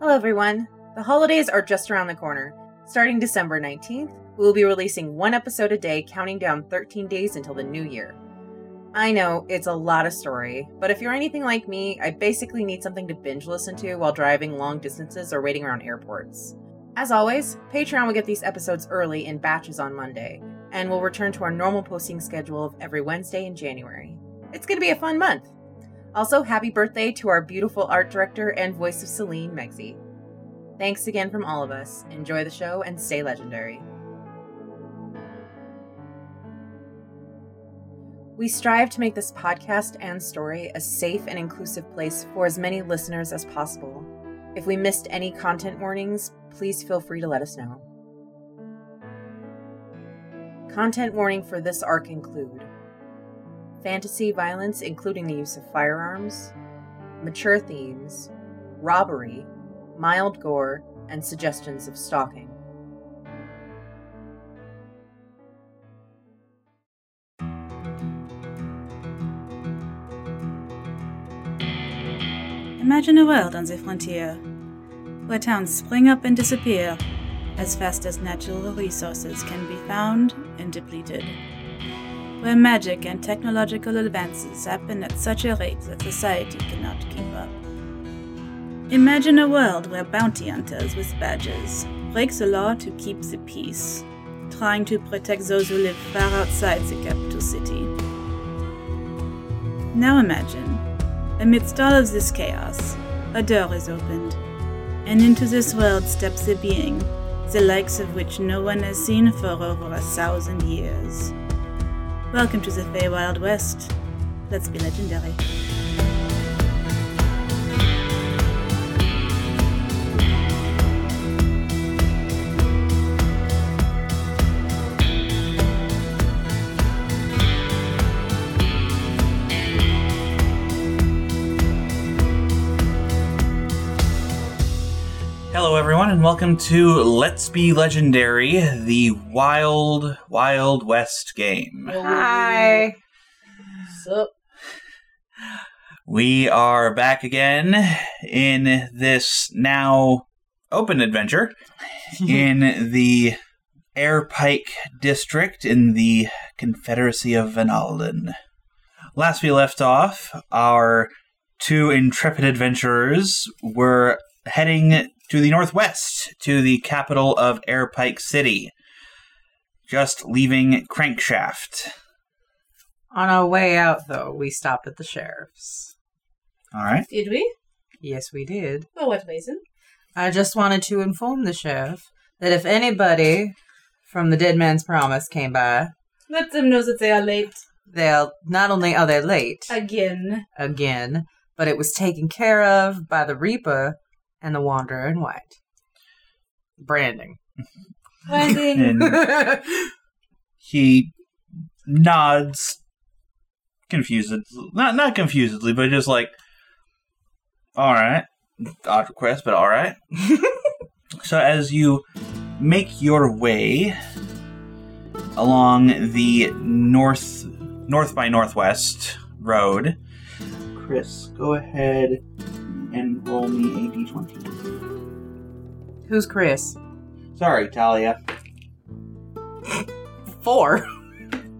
Hello, everyone. The holidays are just around the corner. Starting December 19th, we will be releasing one episode a day, counting down 13 days until the new year. I know it's a lot of story, but if you're anything like me, I basically need something to binge listen to while driving long distances or waiting around airports. As always, Patreon will get these episodes early in batches on Monday, and we'll return to our normal posting schedule of every Wednesday in January. It's going to be a fun month. Also, happy birthday to our beautiful art director and voice of Celine, Megzi. Thanks again from all of us. Enjoy the show and stay legendary. We strive to make this podcast and story a safe and inclusive place for as many listeners as possible. If we missed any content warnings, please feel free to let us know. Content warning for this arc include fantasy violence, including the use of firearms, mature themes, robbery, mild gore, and suggestions of stalking. Imagine a world on the frontier, where towns spring up and disappear as fast as natural resources can be found and depleted. Where magic and technological advances happen at such a rate that society cannot keep up. Imagine a world where bounty hunters with badges break the law to keep the peace, trying to protect those who live far outside the capital city. Now imagine, amidst all of this chaos, a door is opened, and into this world steps a being, the likes of which no one has seen for over a thousand years. Welcome to the Feywild West. Let's be legendary. Hello, everyone, and welcome to Let's Be Legendary, the Wild, Wild West game. Hi! We are back again in this now open adventure in the Airpike District in the Confederacy of Vanalden. Last we left off, our two intrepid adventurers were heading to the northwest, to the capital of Airpike City, just leaving Crankshaft. On our way out, though, we stopped at the sheriff's. All right. Did we? Yes, we did. For what reason? I just wanted to inform the sheriff that if anybody from the Dead Man's Promise came by, Let them know that they are late they'll not only are they late again. again, but it was taken care of by the Reaper and the Wanderer in White. Branding. Rising. And he nods confused not not confusedly but just like all right odd request but all right so as you make your way along the north north by northwest road chris go ahead and roll me a d20 Who's Chris? sorry talia Four.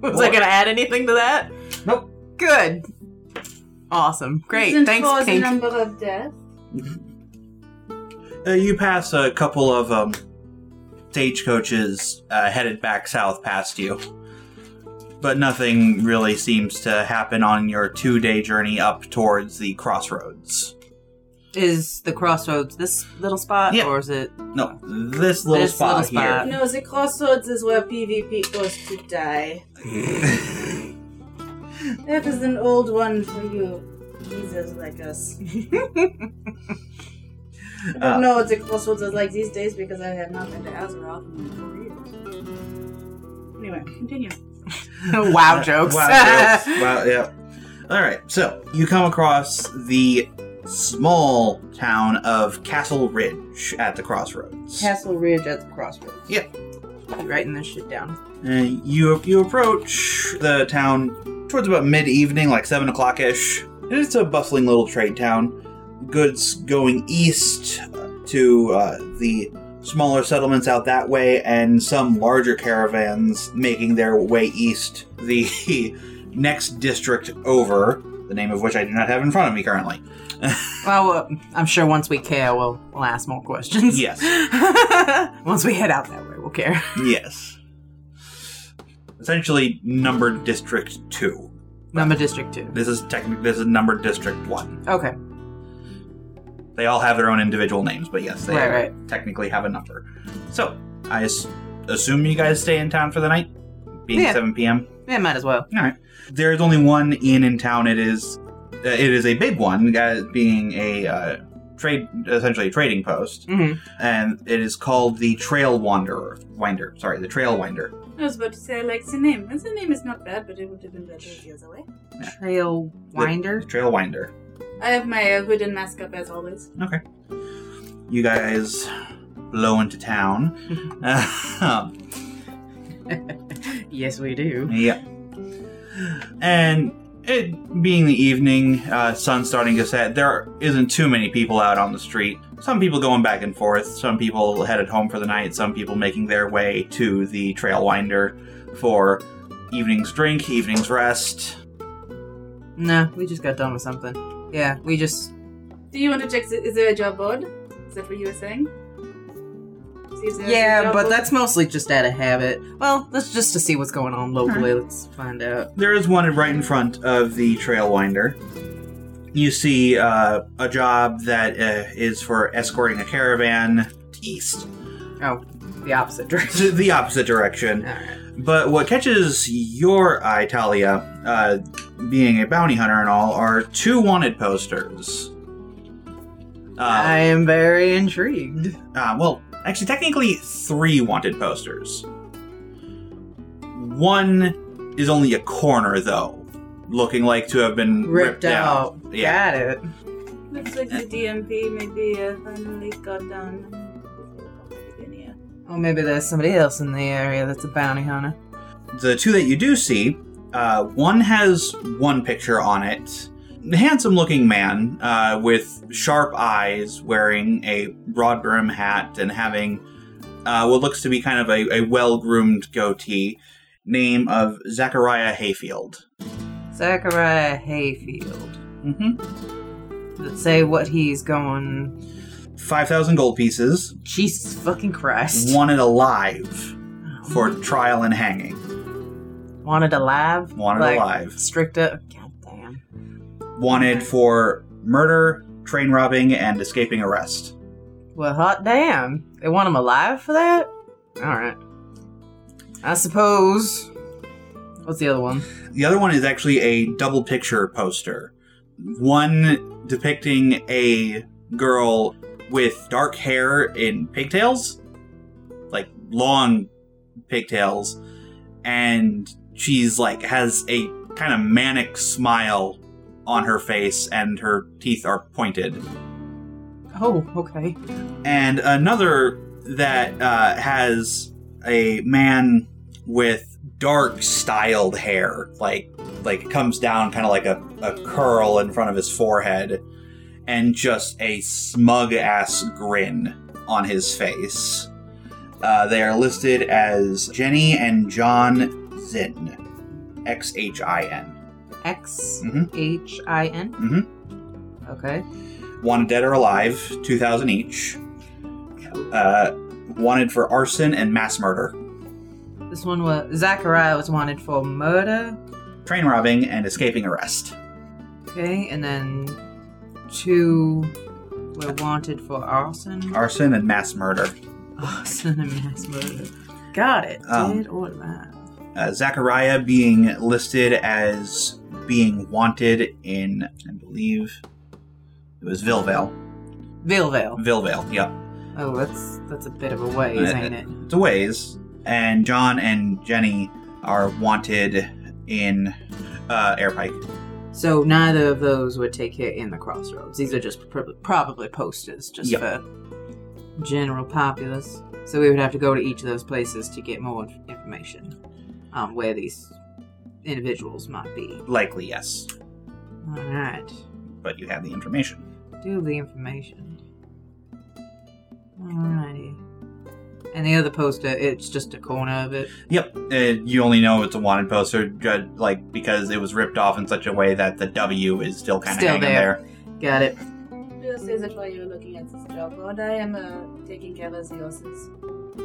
was I Four. going to add anything to that? Nope. Good. Awesome. Great. Isn't Thanks, for the Pink. number of death. Uh, you pass a couple of um, stagecoaches uh, headed back south past you, but nothing really seems to happen on your two-day journey up towards the crossroads. Is the crossroads this little spot, Yeah. or is it? No, this little This spot little spot. here. No, the crossroads is where PvP goes to die. That is an old one for you. Jesus, like us. I don't Uh. know what the crossroads is like these days because I have not been to Azeroth in four years. Anyway, continue. wow, jokes. wow, jokes. Wow, yeah. All right, so you come across the small town of Castle Ridge at the crossroads. Castle Ridge at the crossroads. Yep. Keep writing this shit down. Uh, you you approach the town towards about mid evening, like seven o'clock ish. It's a bustling little trade town. Goods going east to uh, the smaller settlements out that way and some larger caravans making their way east the next district over, the name of which I do not have in front of me currently. Well, uh, I'm sure once we care, we'll, we'll ask more questions. Yes. once we head out that way, we'll care. Yes. Essentially, numbered district two. Number District 2. This is technically this is numbered district one. Okay. They all have their own individual names, but yes, they Right, right. technically have a number. So I as- assume you guys stay in town for the night, being Yeah. 7 p.m. Yeah, might as well. There is only one inn in town. It is uh, it is a big one, uh, being a uh, trade essentially a trading post, hmm and it is called the Trail Wanderer Winder. Sorry, the Trail Winder. I was about to say I like the name. And the name is not bad, but it would have been better the other way. Trail Winder. The Trail Winder. I have my uh, hood and mask up as always. You guys blow into town. Uh, yes, we do. Yeah. And it being the evening, uh, sun's starting to set. There isn't too many people out on the street. Some people going back and forth. Some people headed home for the night. Some people making their way to the trail winder for evening's drink, evening's rest. No, we just got done with something. Yeah, we just. Do you want to check? The, is there a job board? Is that what you were saying? See if there's a Yeah, job but board. that's mostly just out of habit. Well, that's just to see what's going on locally. Let's find out. There is one right in front of the trail winder. You see uh, a job that uh, is for escorting a caravan east, Oh, the opposite direction. to the opposite direction. Alright. But what catches your eye, Talia, uh, being a bounty hunter and all, are two wanted posters. I Uh, am very intrigued. uh, well, actually, technically, three wanted posters. One is only a corner, though, looking like to have been Ripped, ripped, out. Yeah. Got it. Looks like the DMP maybe uh, finally got down. Well, maybe there's somebody else in the area that's a bounty hunter. The two that you do see, uh, one has one picture on it. A handsome looking man uh, with sharp eyes, wearing a broad brim hat and having uh, what looks to be kind of a, a well groomed goatee, name of Zachariah Hayfield. Zachariah Hayfield. Mm-hmm. Let's say what he's going. 5,000 gold pieces, Jesus fucking Christ. wanted alive for trial and hanging. Wanted alive? Wanted Like, alive. Strict up. God damn. Wanted for murder, train robbing, and escaping arrest. Well, hot damn. They want him alive for that? Alright. I suppose. What's the other one? The other one is actually a double picture poster. One depicting a girl with dark hair in pigtails, like long pigtails, and she's like has a kind of manic smile on her face and her teeth are pointed. Oh, okay. And another that uh, has a man with dark styled hair like like comes down kind of like a, a curl in front of his forehead and just a smug ass grin on his face uh, they are listed as jenny and john zinn x-h-i-n X Mhm. H I N? Mm-hmm. Okay. wanted dead or alive 2000 each uh, wanted for arson and mass murder This one was. Zachariah was wanted for murder. train robbing and escaping arrest Okay, and then two were wanted for arson. arson and mass murder Arson and mass murder. Got it. Um, Dead or alive. uh, Zachariah being listed as being wanted in, I believe, it was Vilvale. Vilvale. Vilvale, yeah. Oh, that's that's a bit of a ways, Uh, ain't it? It's a ways. And John and Jenny are wanted in uh, Airpike. So neither of those would take it in the crossroads. These are just prob- probably posters, just Yep. for general populace. So we would have to go to each of those places to get more inf- information on where these individuals might be. Likely, yes. All right. But you have the information. Do the information. Alrighty. And the other poster, it's just a corner of it. Yep, uh, you only know it's a wanted poster, ju- like because it was ripped off in such a way that the W is still kind of Still hanging there. there. Got it. This is it for you looking at this job, but I am uh, taking care of the horses.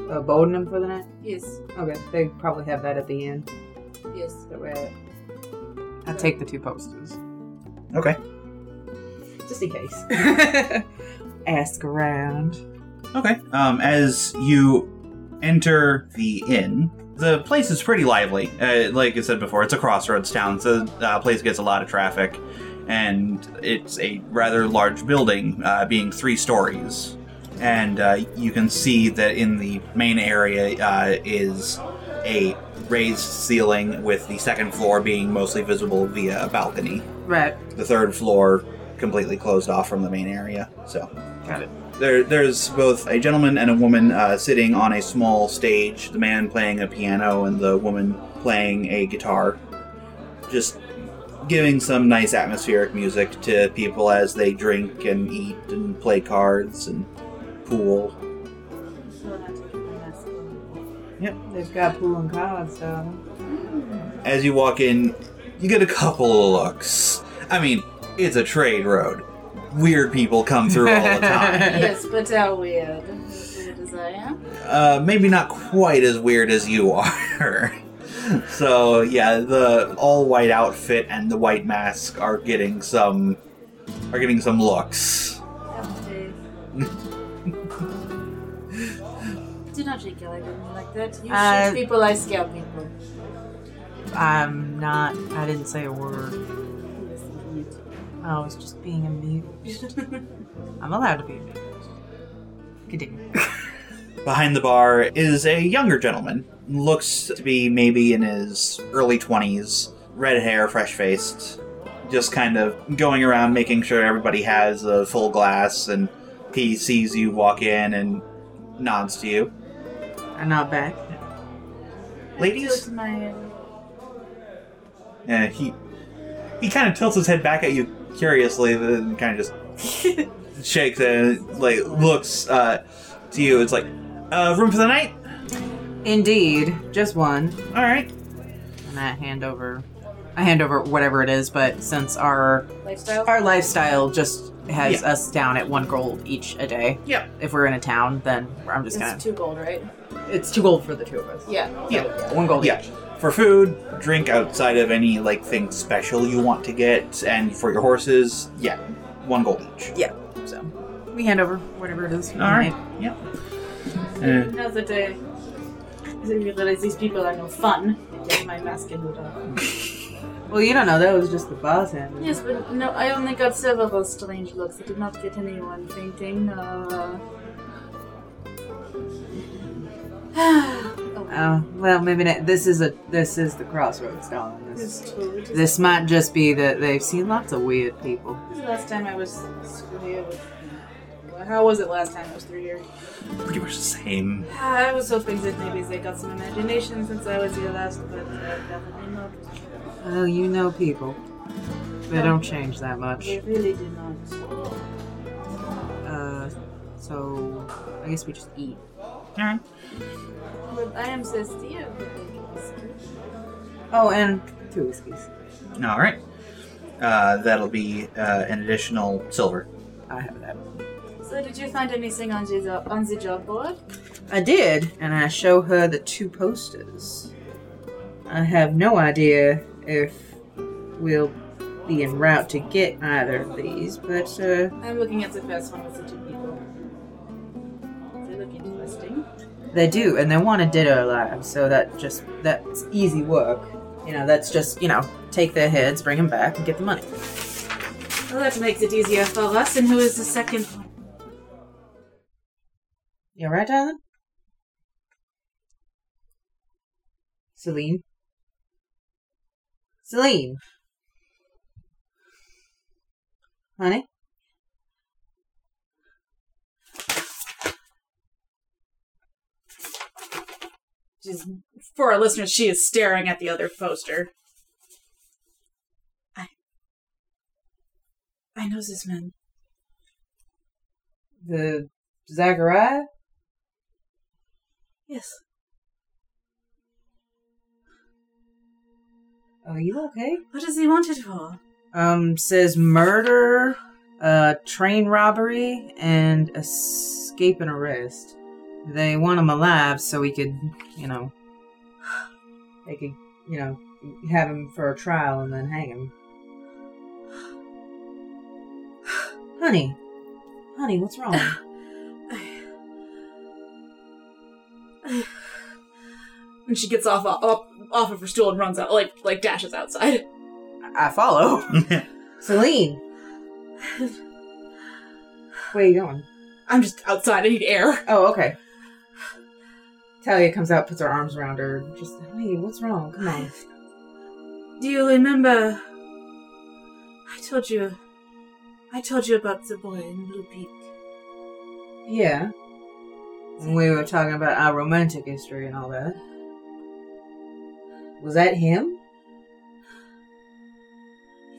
Uh, Bodenham for the night. Yes, Okay, they probably have that at the end. yes. That way, I take the two posters Okay. just in case. Ask around. Okay. Um, as you enter the inn, the place is pretty lively. Uh, like I said before, it's a crossroads town, so the uh, place gets a lot of traffic, and it's a rather large building, uh, being three stories. And uh, you can see that in the main area uh, is a raised ceiling, with the second floor being mostly visible via a balcony Right. the third floor completely closed off from the main area. So, Got it. There, there's both a gentleman and a woman uh, sitting on a small stage. The man playing a piano and the woman playing a guitar, just giving some nice atmospheric music to people as they drink and eat and play cards and pool. So not taking my mask off. They've got pool and cards, darling. As you walk in, you get a couple of looks. I mean, it's a trade road. Weird people come through all the time. yes, but how weird. Weird as I am. Uh, maybe not quite as weird as you are. so yeah, the all white outfit and the white mask are getting some are getting some looks. Okay. Do not shake your leg at me like that. You Uh, shoot people, I scare people. I'm not. I didn't say a word. Yes, indeed. I was just being amused. I'm allowed to be amused. Continue. Behind the bar is a younger gentleman. Looks to be maybe in his early twenties, red hair, fresh faced, just kind of going around making sure everybody has a full glass and he sees you walk in and nods to you. I'm not back. Ladies, Tilt my uh, And he he kind of tilts his head back at you curiously, then kind of just shakes and like looks uh, to you. It's like uh, room for the night. Indeed, just one. All right. And I hand over. I hand over whatever it is, but since our lifestyle. our lifestyle just has us down at one gold each a day. Yeah. If we're in a town, then I'm just gonna. It's two gold, right? It's two gold for the two of us. Yeah. Yeah. One gold Yeah. each. For food, drink outside of any like thing special you want to get, and for your horses, yeah, one gold each. So we hand over whatever it is. All right. Uh, Now that I, I realize these people are no fun, I get my mask and hood off. Well, you don't know. That was just the bartender. Yes, but no, I only got several strange looks. I did not get anyone fainting. Uh... oh, Oh well, maybe not. This is a this is the crossroads, darling. This, it's true. It is- this might just be that they've seen lots of weird people. this is the last time I was screwed here with. How was it last time? I was three years. pretty much the same. Ah, I was hoping that maybe they got some imagination since I was here last, but uh, definitely not. Well, Oh, you know people. They don't change that much. They really did not. Uh, so I guess we just eat. But I am so steer. Oh, and two whiskeys. All right. Uh, that'll be uh, an additional silver. I have that. So, did you find anything on the job, on the job board? I did, and I show her the two posters. I have no idea if we'll be en route to get either of these, but uh, I'm looking at the first one with the two people. They look interesting. they do, and they want a ditto lab, so that just that's easy work. You know, that's just you know, take their heads, bring them back, and get the money. Well, that makes it easier for us. And who is the second one? You all right, darling? Celine. Celine. Honey. She's, for our listeners, she is staring at the other poster. I, I know this man. The Zachariah? Yes. Are you okay? What does he want it for? Um, says murder, uh, train robbery, and escape and arrest. They want him alive so he could, you know, they could, you know, have him for a trial and then hang him. Honey, honey, what's wrong? And she gets off off, off of her stool and runs out, like like dashes outside. I follow. Celine, where you going? I'm just outside. I need air. Oh, okay. Talia comes out, puts her arms around her. Just, honey, what's wrong? Come on. Do you remember? I told you. I told you about the boy in Blue Peak. Yeah. When we were talking about our romantic history and all that. Was that him?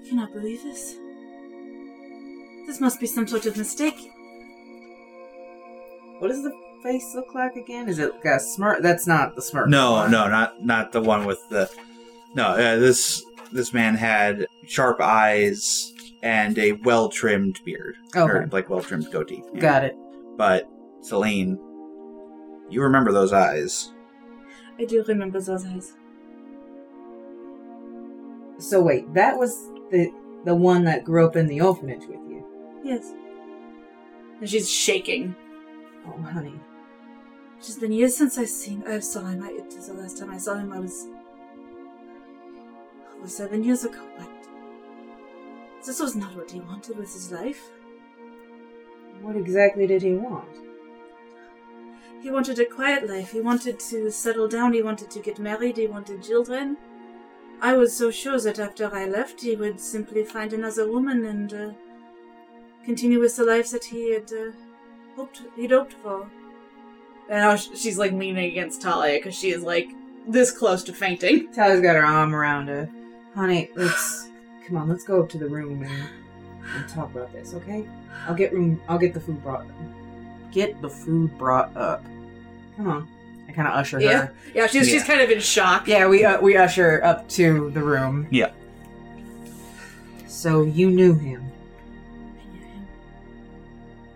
You cannot believe this. This must be some sort of mistake. What does the face look like again? Is it got a smirk? That's not the smirk. No, one. no, not not the one with the. No, uh, this this man had sharp eyes and a well trimmed beard, or Okay. like well trimmed goatee. Yeah. Got it. But Celine, you remember those eyes? I do remember those eyes. So wait, that was the the one that grew up in the orphanage with you. Yes. And she's shaking. Oh, honey. It's been years since I've seen. I saw him. I, it was the last time I saw him. I was over seven years ago. But this was not what he wanted with his life. What exactly did he want? He wanted a quiet life. He wanted to settle down. He wanted to get married. He wanted children. I was so sure that after I left, he would simply find another woman and uh, continue with the life that he had uh, hoped he'd hoped for. And now sh- she's like leaning against Talia because she is like this close to fainting. Talia's got her arm around her. Honey, let's come on. Let's go up to the room and, and talk about this, okay? I'll get room. I'll get the food brought. Get the food brought up. Come on. I kind of usher Yeah. her. Yeah, she's she's Yeah. kind of in shock. Yeah, we uh, we usher up to the room. Yeah. So you knew him. I knew him.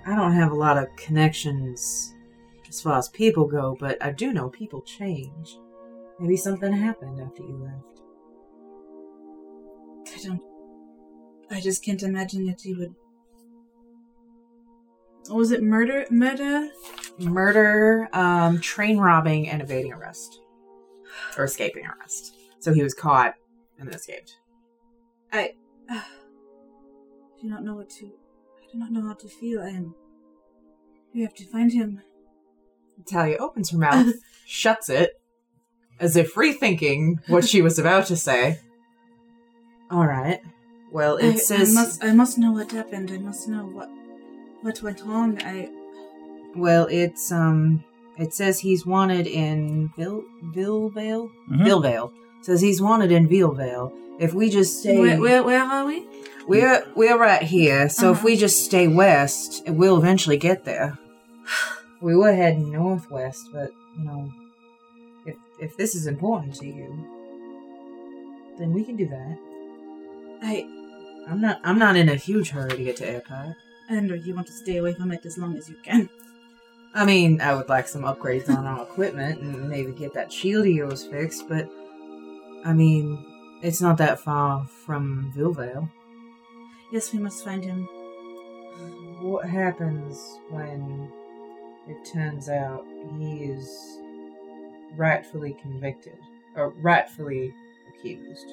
I don't have a lot of connections as far as people go, but I do know people change. Maybe something happened after you left. I don't. I just can't imagine that he would. Was it murder? Murder? Murder, um, train robbing, and evading arrest. Or escaping arrest. So he was caught and then escaped. I do not know what to. I do not know how to feel. I am. We have to find him. Talia opens her mouth, shuts it, as if rethinking what she was about to say. All right. Well, it I, says. I must. I must know what happened. I must know what what went wrong. I. Well, it's um, it says he's wanted in Vil Vilvale. Mhm. Vilvale says he's wanted in Vilvale. If we just stay, Where, where, where are we? we're we're right here. So if Uh-huh. we just stay west, we'll eventually get there. We were heading northwest, but you know, if if this is important to you, then we can do that. I. I'm not I'm not in a huge hurry to get to airport. I know you want to stay away from it as long as you can. I mean, I would like some upgrades on our equipment and maybe get that shield of yours fixed, but I mean, it's not that far from Vilvale. Yes, we must find him. What happens when it turns out he is rightfully convicted or rightfully accused?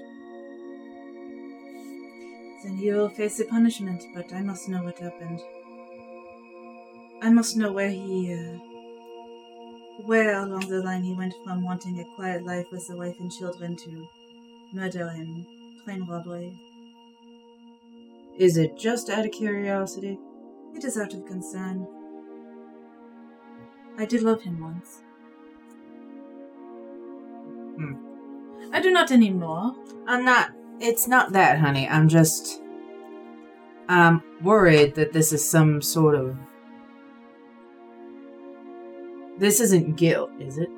Then he will face the punishment. But I must know what happened. I must know where he. Uh, where along the line he went from wanting a quiet life with a wife and children to murder and plain robbery. Is it just out of curiosity? It is out of concern. I did love him once. I do not anymore. I'm not. It's not that, honey. I'm just. I'm worried that this is some sort of. This isn't guilt, is it?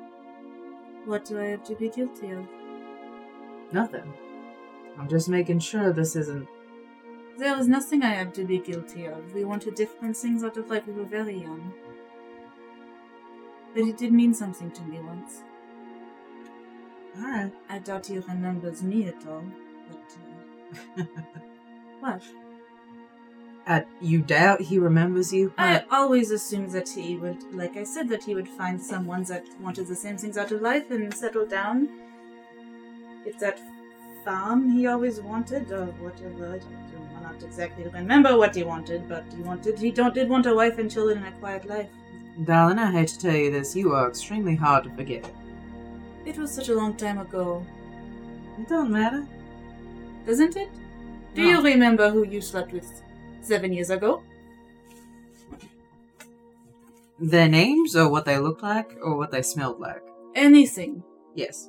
What do I have to be guilty of? Nothing. I'm just making sure this isn't. There is nothing I have to be guilty of. We wanted different things out of life. We were very young. But it did mean something to me once. Alright. I doubt he remembers me at all. But uh, what? Uh, you doubt he remembers you? I always assumed that he would, like I said, that he would find someone that wanted the same things out of life and settle down. It's that farm he always wanted, or whatever. I don't know. I not exactly remember what he wanted, but he wanted he don't did want a wife and children and a quiet life. Darling, I hate to tell you this. You are extremely hard to forget. It was such a long time ago, It don't matter. doesn't it? Do No. you remember who you slept with seven years ago? Their names, or what they looked like, or what they smelled like. Anything. Yes.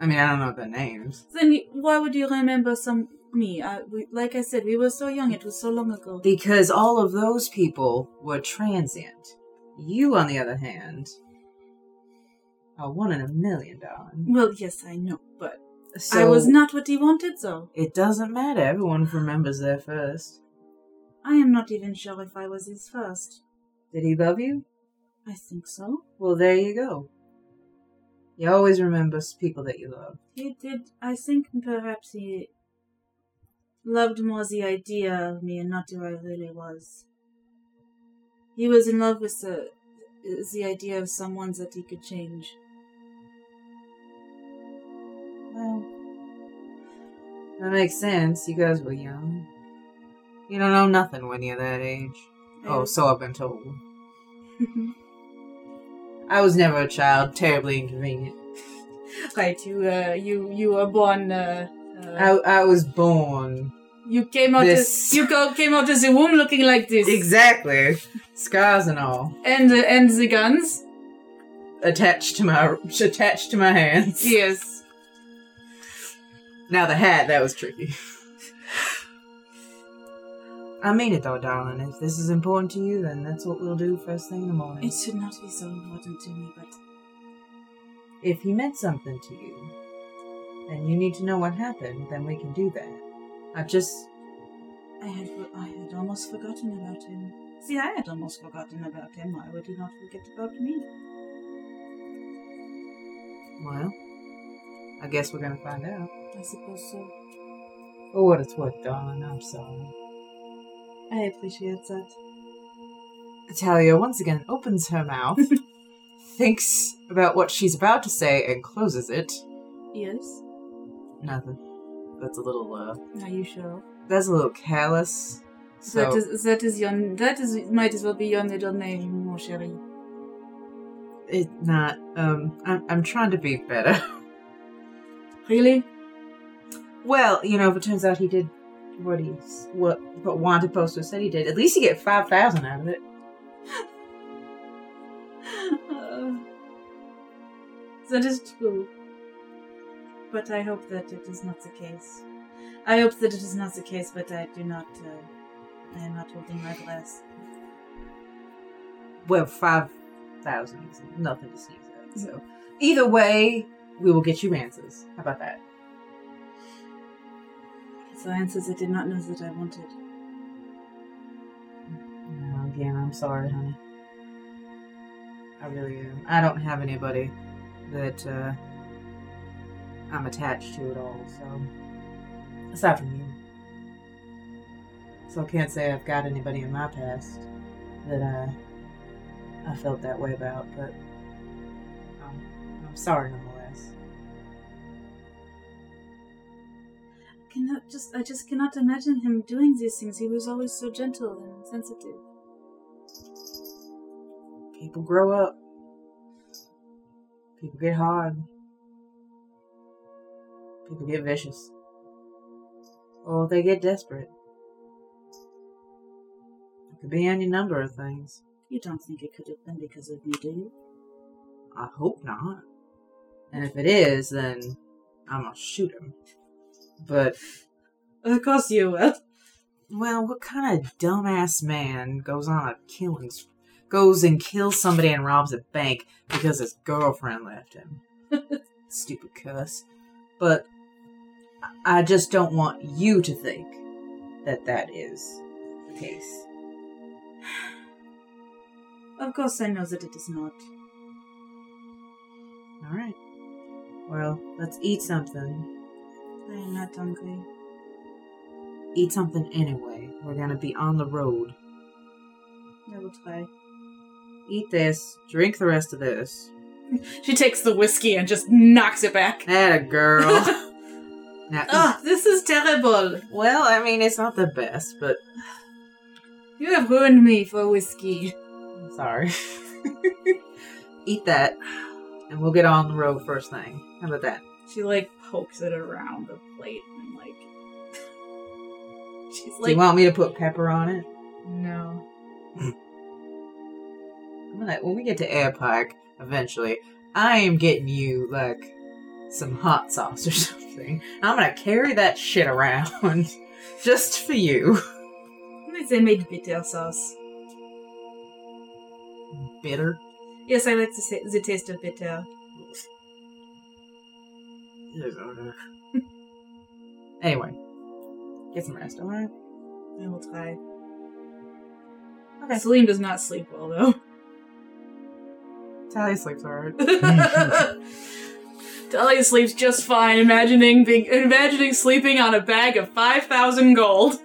I mean, I don't know their names. Then y- why would you remember some me? I, we, like I said, we were so young. It was so long ago. Because all of those people were transient. You, on the other hand, are one in a million, darling. well, yes, I know, but So I was not what he wanted, though. It doesn't matter. Everyone remembers their first. I am not even sure if I was his first. Did he love you? I think so. Well, there you go. You always remember s- people that you love. He did. I think perhaps he loved more the idea of me and not who I really was. He was in love with the the idea of someone that he could change. Well, that makes sense. You guys were young. You don't know nothing when you're that age. Oh, so I've been told. I was never a child. Terribly inconvenient. right. You uh, you you were born. Uh, I, I was born. you came out this- as you go, came out as a womb looking like this, Exactly. Scars and all. and uh, and the guns. Attached to my attached to my hands. Yes. Now the hat, that was tricky. I mean it though, darling. If this is important to you, then that's what we'll do first thing in the morning. It should not be so important to me, but If he meant something to you, and you need to know what happened, then we can do that. I just I had I had almost forgotten about him. See, I had almost forgotten about him. Why would he not forget about me? well, I guess we're gonna find out. I suppose so. For what it's worth, darling, I'm sorry. I appreciate that. Italia once again opens her mouth, thinks about what she's about to say, and closes it. Yes. Nothing. That's a little uh Are you sure? that's a little callous. So that is that is your that is might as well be your middle name, mon chéri. It not. Um, I'm I'm trying to be better. Really? Well, you know, if it turns out he did what he's what what Wanda Poster said he did, at least you get five thousand out of it. Uh, that is true. But I hope that it is not the case. I hope that it is not the case, but I do not. Uh, I am not holding my breath. Well, five thousand is nothing to sneeze at. So either way, we will get you answers. How about that? So answers I did not know that I wanted. No, again, I'm sorry, honey. I really am. I don't have anybody that uh, I'm attached to at all. So aside from you, so I can't say I've got anybody in my past that I I felt that way about. But I'm, I'm sorry nonetheless. cannot just I just cannot imagine him doing these things. He was always so gentle and sensitive. People grow up. People get hard. People get vicious. Or they get desperate. It could be any number of things. You don't think it could have been because of me, do you? I hope not. And if it is, then I'm gonna shoot him. But, Of course you will. well, what kind of dumbass man goes on a killing, sp- goes and kills somebody and robs a bank because his girlfriend left him. Stupid cuss. But I- I just don't want you to think that that is the case. Of course, I know that it is not. All right. Well, let's eat something. I am not hungry. Eat something anyway. We're gonna be on the road. I will try. Eat this. Drink the rest of this. She takes the whiskey and just knocks it back. That a girl. Now, Ah, this is terrible. well, I mean, it's not the best, but You have ruined me for whiskey. I'm sorry. Eat that, and we'll get on the road first thing. How about that? She like pokes it around the plate and like. She's Do like, you want me to put pepper on it? no. I'm gonna, when we get to Airpike eventually, I am getting you like some hot sauce or something. I'm gonna carry that shit around just for you. It's a made bitter sauce. Bitter. Yes, I like the, sa- the taste of bitter. anyway, get some rest, alright? I will try. Okay. Celine does not sleep well though. Tally sleeps alright. Dahlia sleeps just fine, imagining being imagining sleeping on a bag of five thousand gold.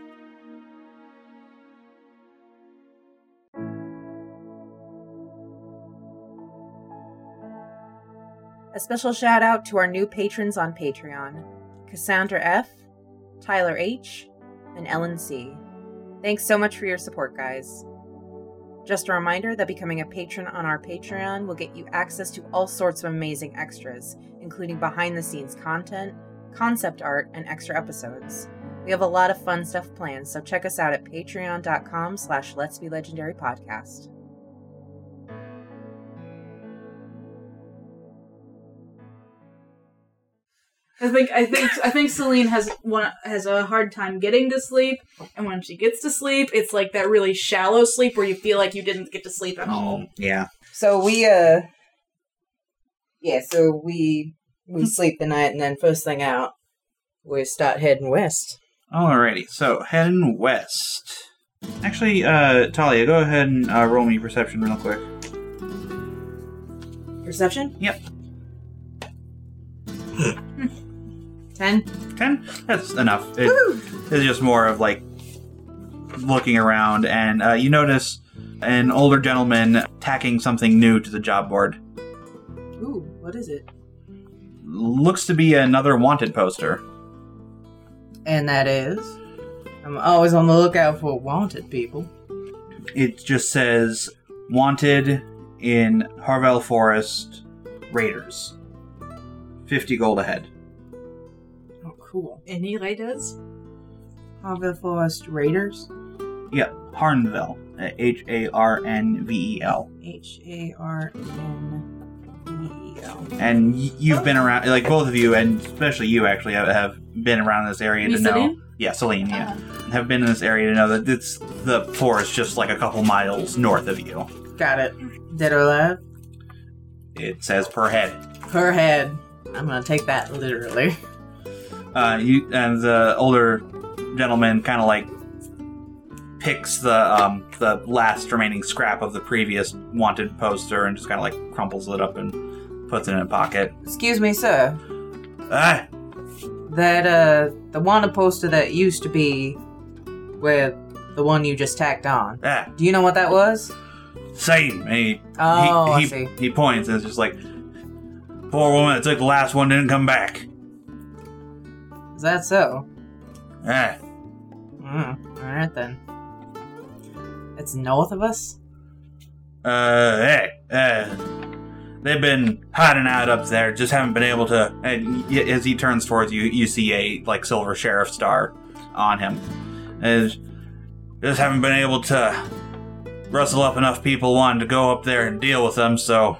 A special shout out to our new patrons on Patreon Cassandra F., Tyler H., and Ellen C. Thanks so much for your support, guys. Just a reminder that becoming a patron on our Patreon will get you access to all sorts of amazing extras, including behind the scenes content, concept art, and extra episodes. We have a lot of fun stuff planned, so check us out at patreon.com slash let's be legendary podcast. I think I think I think Celine has one has a hard time getting to sleep, and when she gets to sleep, it's like that really shallow sleep where you feel like you didn't get to sleep at Oh, all. Yeah. So we uh Yeah, so we we sleep the night and then first thing out we start heading west. Alrighty, so heading west. Actually, uh, Talia, go ahead and uh, roll me perception real quick. Perception? Yep. Ten. Ten? That's enough. It- it's just more of like looking around, and uh, you notice an older gentleman tacking something new to the job board. Ooh, what is it? Looks to be another wanted poster. And that is I'm always on the lookout for wanted people. It just says wanted in Harvell Forest Raiders. 50 gold ahead. Oh cool. Any does. Harville Forest Raiders. Yeah, Harnvell. H A R N V E L. H A R N E L. And y- you've been around, like both of you, and especially you actually have, have been around this area Me, to know. Celine? Yeah, Celine, yeah. Have been in this area to know that it's the forest just like a couple miles north of you. Got it. Dead or alive? It says per head. Her head. I'm gonna take that literally. Uh, you and the older gentleman kind of like picks the um, the last remaining scrap of the previous wanted poster and just kind of like crumples it up and puts it in a pocket. Excuse me, sir. Ah, That uh the wanted poster that used to be where the one you just tacked on. ah, Do you know what that was? same. And he Oh, I he, see. he, he points and it's just like, poor woman that took the last one didn't come back. Is that so? Ah, Mm, all right then. It's north of us. uh, hey, uh, they've been hiding out up there, just haven't been able to. And y- as he turns towards you, you see a like silver sheriff star on him. And just haven't been able to rustle up enough people wanting to go up there and deal with them, so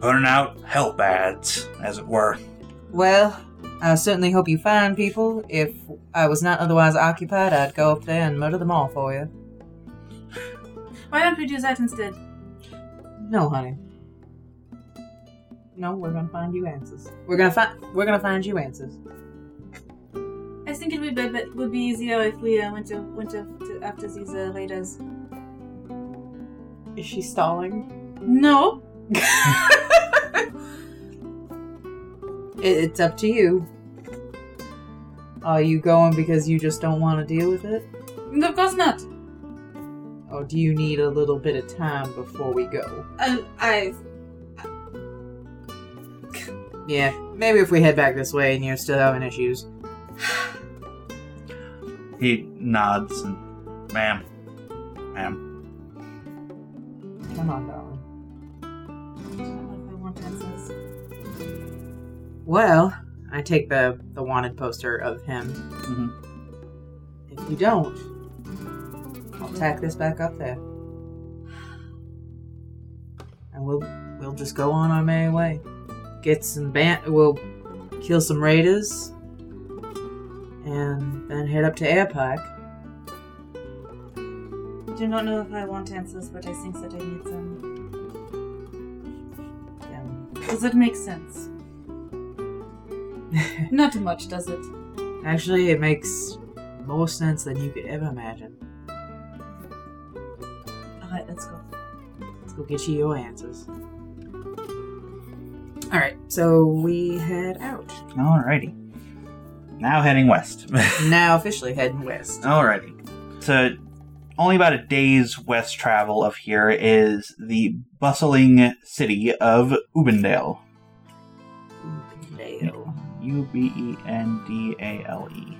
putting out help ads, as it were. Well, I certainly hope you find people. If I was not otherwise occupied, I'd go up there and murder them all for you. Why don't we do that instead? No, honey. No, we're gonna find you answers. We're gonna find. We're gonna find you answers. I think it would be, be- would be easier if we uh, went, to, went to, to after these uh, raiders. Is she stalling? No, It, it's up to you. Are you going because you just don't want to deal with it, of course not. or do you need a little bit of time before we go? I, Um, I Yeah, maybe if we head back this way and you're still having issues. He nods and, ma'am, ma'am. Come on, darling. I don't know if I want answers. Well, I take the the wanted poster of him. If you don't, I'll tack this back up there, and we'll we'll just go on our merry way. Get some ban. We'll kill some raiders, and then head up to Airpack. I do not know if I want answers, but I think that I need them. And Does it make sense? not much, does it? actually, it makes more sense than you could ever imagine. Alright, let's go. Let's go get you your answers. All right, so we head out. Alrighty. Now heading west. now officially heading west. Alrighty. So, only about a day's west travel of here is the bustling city of Ubendale. Dale. U B E N D A L E.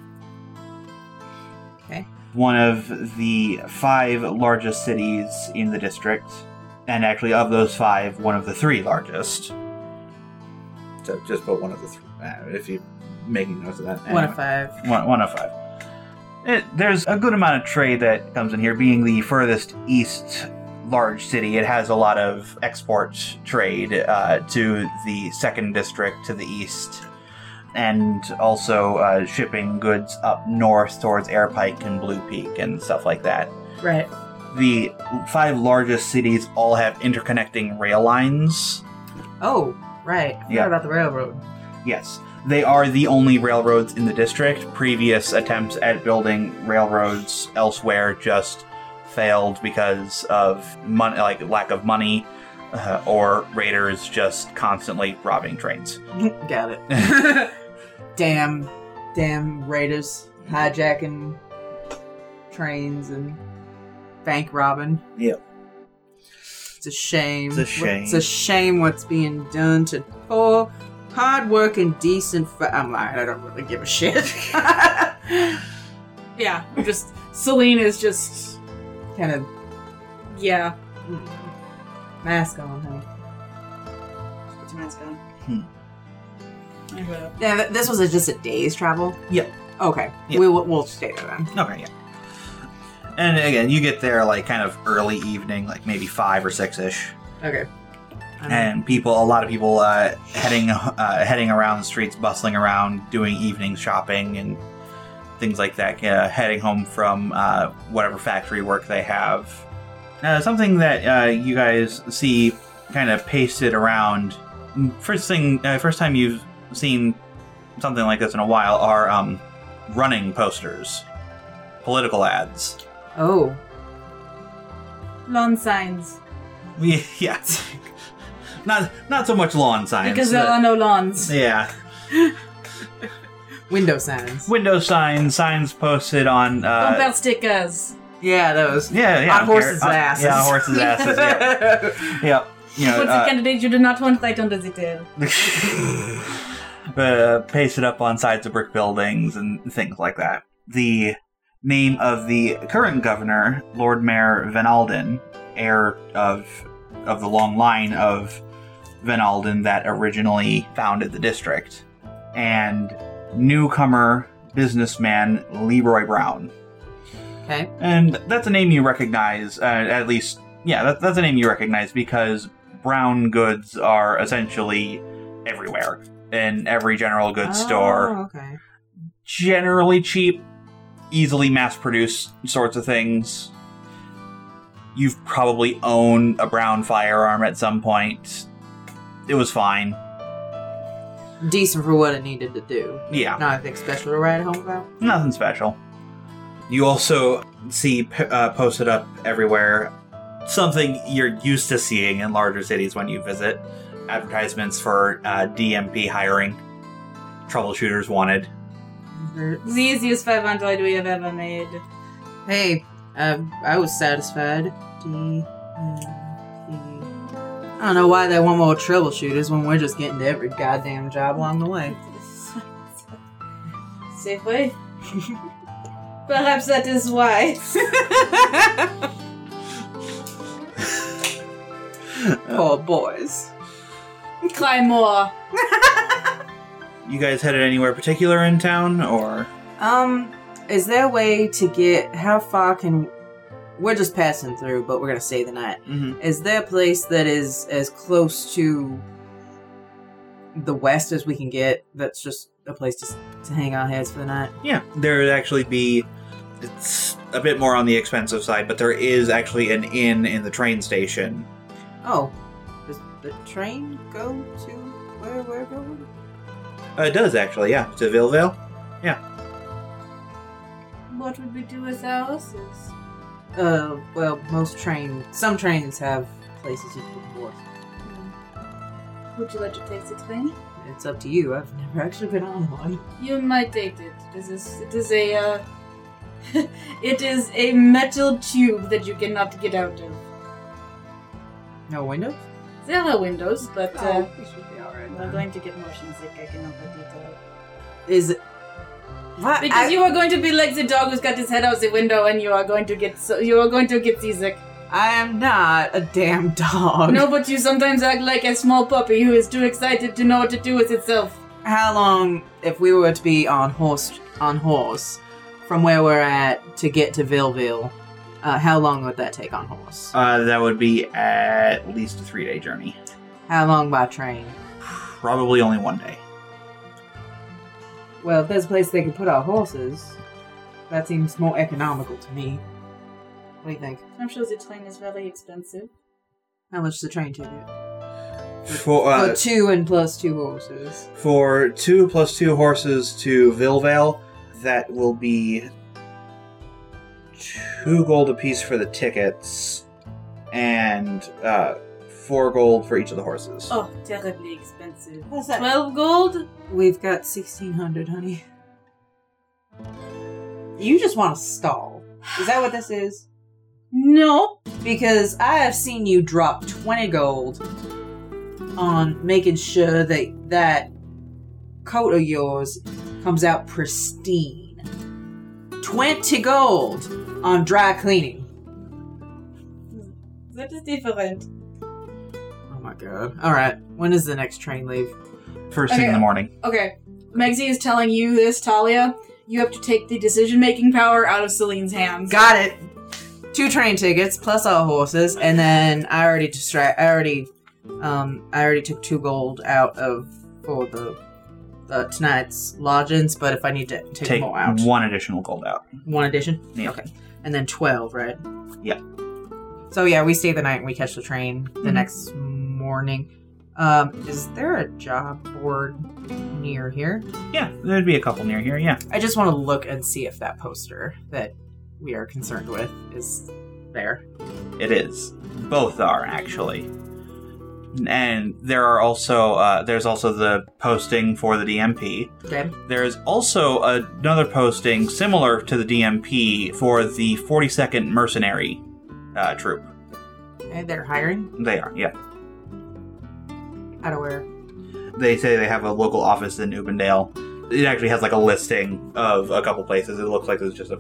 Okay. One of the five largest cities in the district, and actually, of those five, one of the three largest. So just put one of the three. uh, If you're making notes of that. Anyway. One of five. One, one of five. It, there's a good amount of trade that comes in here. Being the furthest east large city, it has a lot of export trade uh, to the second district to the east, and also uh, shipping goods up north towards Airpike and Blue Peak and stuff like that. Right. The five largest cities all have interconnecting rail lines. Oh, right. I forgot Yeah. about the railroad. Yes. They are the only railroads in the district. Previous attempts at building railroads elsewhere just failed because of mon- like lack of money uh, or raiders just constantly robbing trains. Got it. damn, damn raiders hijacking trains and bank robbing. Yep. It's a shame. It's a shame. It's a shame what's being done to poor, hardworking, decent. Fa- I'm lying. I don't really give a shit. kind yeah, I'm just Celine is just of yeah. mm, mask on, honey. Put your mask on. Hmm. And, uh, Yeah, th- this was a, just a day's travel. Yep. Okay. Yep. We will we'll stay there then. Okay, yeah. And again, you get there like kind of early evening, like maybe five or six ish, Okay. Um, And people, a lot of people uh, heading uh, heading around the streets, bustling around, doing evening shopping and things like that. Uh, heading home from uh, whatever factory work they have. Uh, something that uh, you guys see kind of pasted around. First thing, uh, first time you've seen something like this in a while are um, running posters, political ads. oh, Lawn signs. yeah, not not so much lawn signs Because uh, there are no lawns. Yeah. window signs. window signs, signs posted on. Uh, Bumper stickers. yeah, those. yeah, yeah. On I'm horses' care- uh, asses. yeah, on horses' asses. Yeah. yep. You know, What's a uh, candidate you do not want right under the tail? uh, pasted up on sides of brick buildings and things like that. The name of the current governor, Lord Mayor Van Alden, heir of of the long line of Van Alden that originally founded the district, and newcomer businessman Leroy Brown. Okay. And that's a name you recognize, uh, at least, yeah, that, that's a name you recognize because brown goods are essentially everywhere in every general goods store. Oh, okay. Generally cheap, easily mass produced sorts of things. You've probably owned a brown firearm at some point. It was fine. Decent for what it needed to do. Yeah. Nothing special to write home about. Nothing special. You also see p- uh, posted up everywhere something you're used to seeing in larger cities when you visit advertisements for uh, DMP hiring, troubleshooters wanted. It's the easiest 500 we have ever made. Hey, um, I was satisfied. D. E, I don't know why they want more troubleshooters when we're just getting to every goddamn job along the way. Safe way? Perhaps that is why. Poor boys. Climb more. You guys headed anywhere particular in town, or Um, is there a way to get how far can we're just passing through, but we're gonna stay the night. Mhm. Is there a place that is as close to the west as we can get? That's just a place to, s- to hang our heads for the night. yeah, there would actually be. It's a bit more on the expensive side, but there is actually an inn in the train station. Oh, does the train go to where we're going? Uh, it does actually, yeah, to Villeville. What would we do with our horses? Uh, well, most train, some trains have places you can board. Would you like to take the train? It's up to you. I've never actually been on one. You might take it. This is it is a uh, it is a metal tube that you cannot get out of. No windows. There are windows, but uh, Oh, we should be we're going to get motion sick. I cannot let it out. Is it? What? I, Because you are going to be like the dog who's got his head out the window, and you are going to get so you are going to get seasick. I am not a damn dog. No, but you sometimes act like a small puppy who is too excited to know what to do with itself. How long, if we were to be on horse, on horse, from where we're at to get to Villeville, uh, how long would that take on horse? Uh, that would be at least a three day journey. How long by train? Probably only one day. Well, if there's a place they could put our horses, that seems more economical to me. What do you think? I'm sure the train is very expensive. How much is the train ticket? For, uh, For two and plus two horses. for two plus two horses to Villevale, that will be two gold apiece for the tickets and uh, four gold for each of the horses. Oh, terribly expensive. What's that? Twelve gold? We've got 1600, honey. You just want to stall. Is that what this is? No. Because I have seen you drop 20 gold on making sure that that coat of yours comes out pristine. 20 gold on dry cleaning. That is different. Oh my god. All right. When does the next train leave? First thing in the okay. morning. Okay, Megzi is telling you this, Talia. You have to take the decision making power out of Celine's hands. Got it. Two train tickets plus our horses, and then I already distract. I already, um, I already took two gold out of for the uh, tonight's lodgings. But if I need to take, Take more out, one additional gold out. one addition, Yeah. okay, and then twelve, right? Yeah. So yeah, we stay the night and we catch the train the Mhm. next morning. Um, is there a job board near here? Yeah, there'd be a couple near here, yeah. I just want to look and see if that poster that we are concerned with is there. It is. Both are actually. And there are also uh, there's also the posting for the DMP. Okay. There is also another posting similar to the DMP for the 42nd Mercenary uh, troop. Okay, they're hiring They are, yeah. out of where? They say they have a local office in Ubendale. It actually has like a listing of a couple places. It looks like there's just a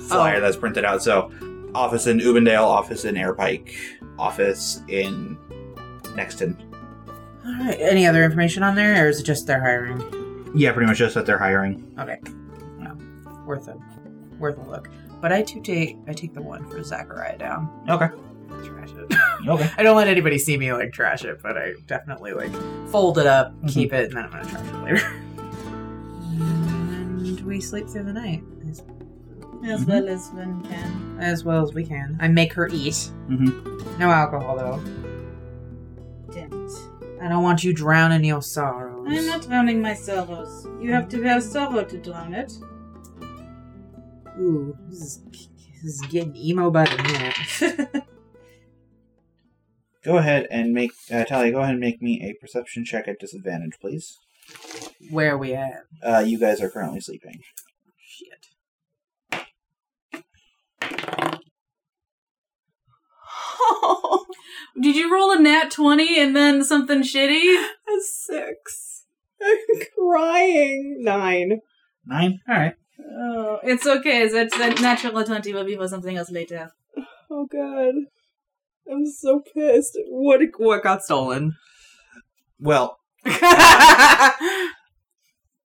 flyer Oh. that's printed out. So, office in Ubendale, office in Airpike, office in Nexton. All right. Any other information on there, or is it just they're hiring? Yeah, pretty much just that they're hiring. Okay. No, worth a worth a look. But I too take I take the one for Zachariah down. Okay. Trash it. Okay. I don't let anybody see me like trash it, but I definitely like fold it up, Mhm. keep it, and then I'm gonna trash it later. and we sleep through the night. As well as one can. as well as we can. I make her eat. Mm-hmm. No alcohol though. Damn it. I don't want you drowning your sorrows. I'm not drowning my sorrows. You have to have sorrow to drown it. Ooh, this is, this is getting emo by the minute. Go ahead and make uh, Talia. Go ahead and make me a perception check at disadvantage, please. Where are we at? Uh, you guys are currently sleeping. Shit. Did you roll a nat 20 and then something shitty? A six. I'm crying. Nine. Nine. All right. Oh, It's okay. That's a natural 20 will be for something else later. oh god. I'm so pissed. What what got stolen? Well,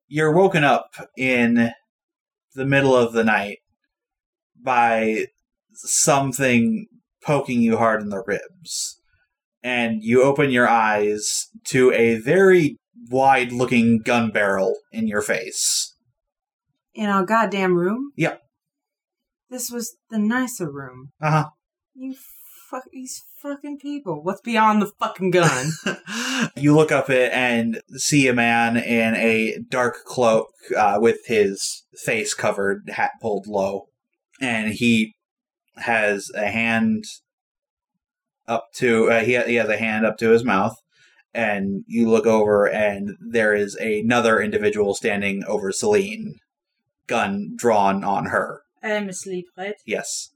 you're woken up in the middle of the night by something poking you hard in the ribs. And you open your eyes to a very wide looking gun barrel in your face. In our goddamn room? Yep. This was the nicer room. Uh Uh-huh. You fuck these fucking people. What's beyond the fucking gun? huh. you look up it and see a man in a dark cloak uh, with his face covered, hat pulled low. And he has a hand up to, uh, he, ha- he has a hand up to his mouth. And you look over, and there is another individual standing over Celine, gun drawn on her. I'm asleep, right? Yes.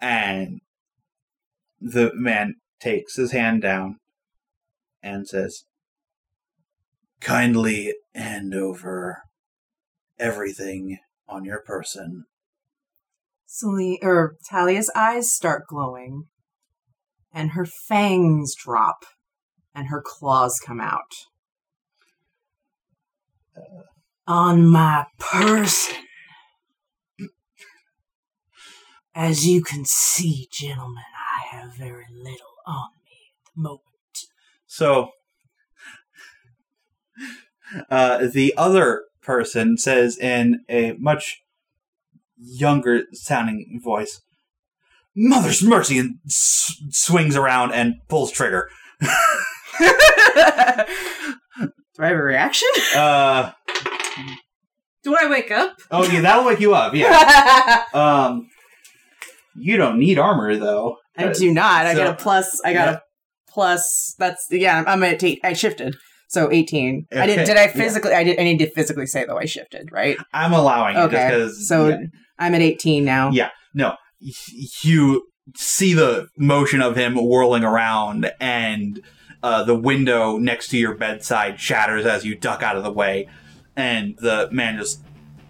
And the man takes his hand down and says, Kindly hand over everything on your person. Celine or Talia's eyes start glowing, and her fangs drop, and her claws come out. On my person. As you can see, gentlemen, I have very little on me at the moment. So, uh, the other person says in a much younger sounding voice, Mother's mercy, and s- swings around and pulls trigger. Do I have a reaction? Uh, Do I wake up? Oh yeah, that'll wake you up. Yeah. Um, you don't need armor though. I do not. I got a So- plus. I got Yeah. a plus. That's yeah. I'm, I'm at eight. I shifted. So eighteen. I did. Okay, not Did I yeah. physically? I did. I need to physically say though. I shifted. Right. I'm allowing it just Okay. because. So I'm at eighteen now. Yeah. you see the motion of him whirling around, and uh, the window next to your bedside shatters as you duck out of the way, and the man just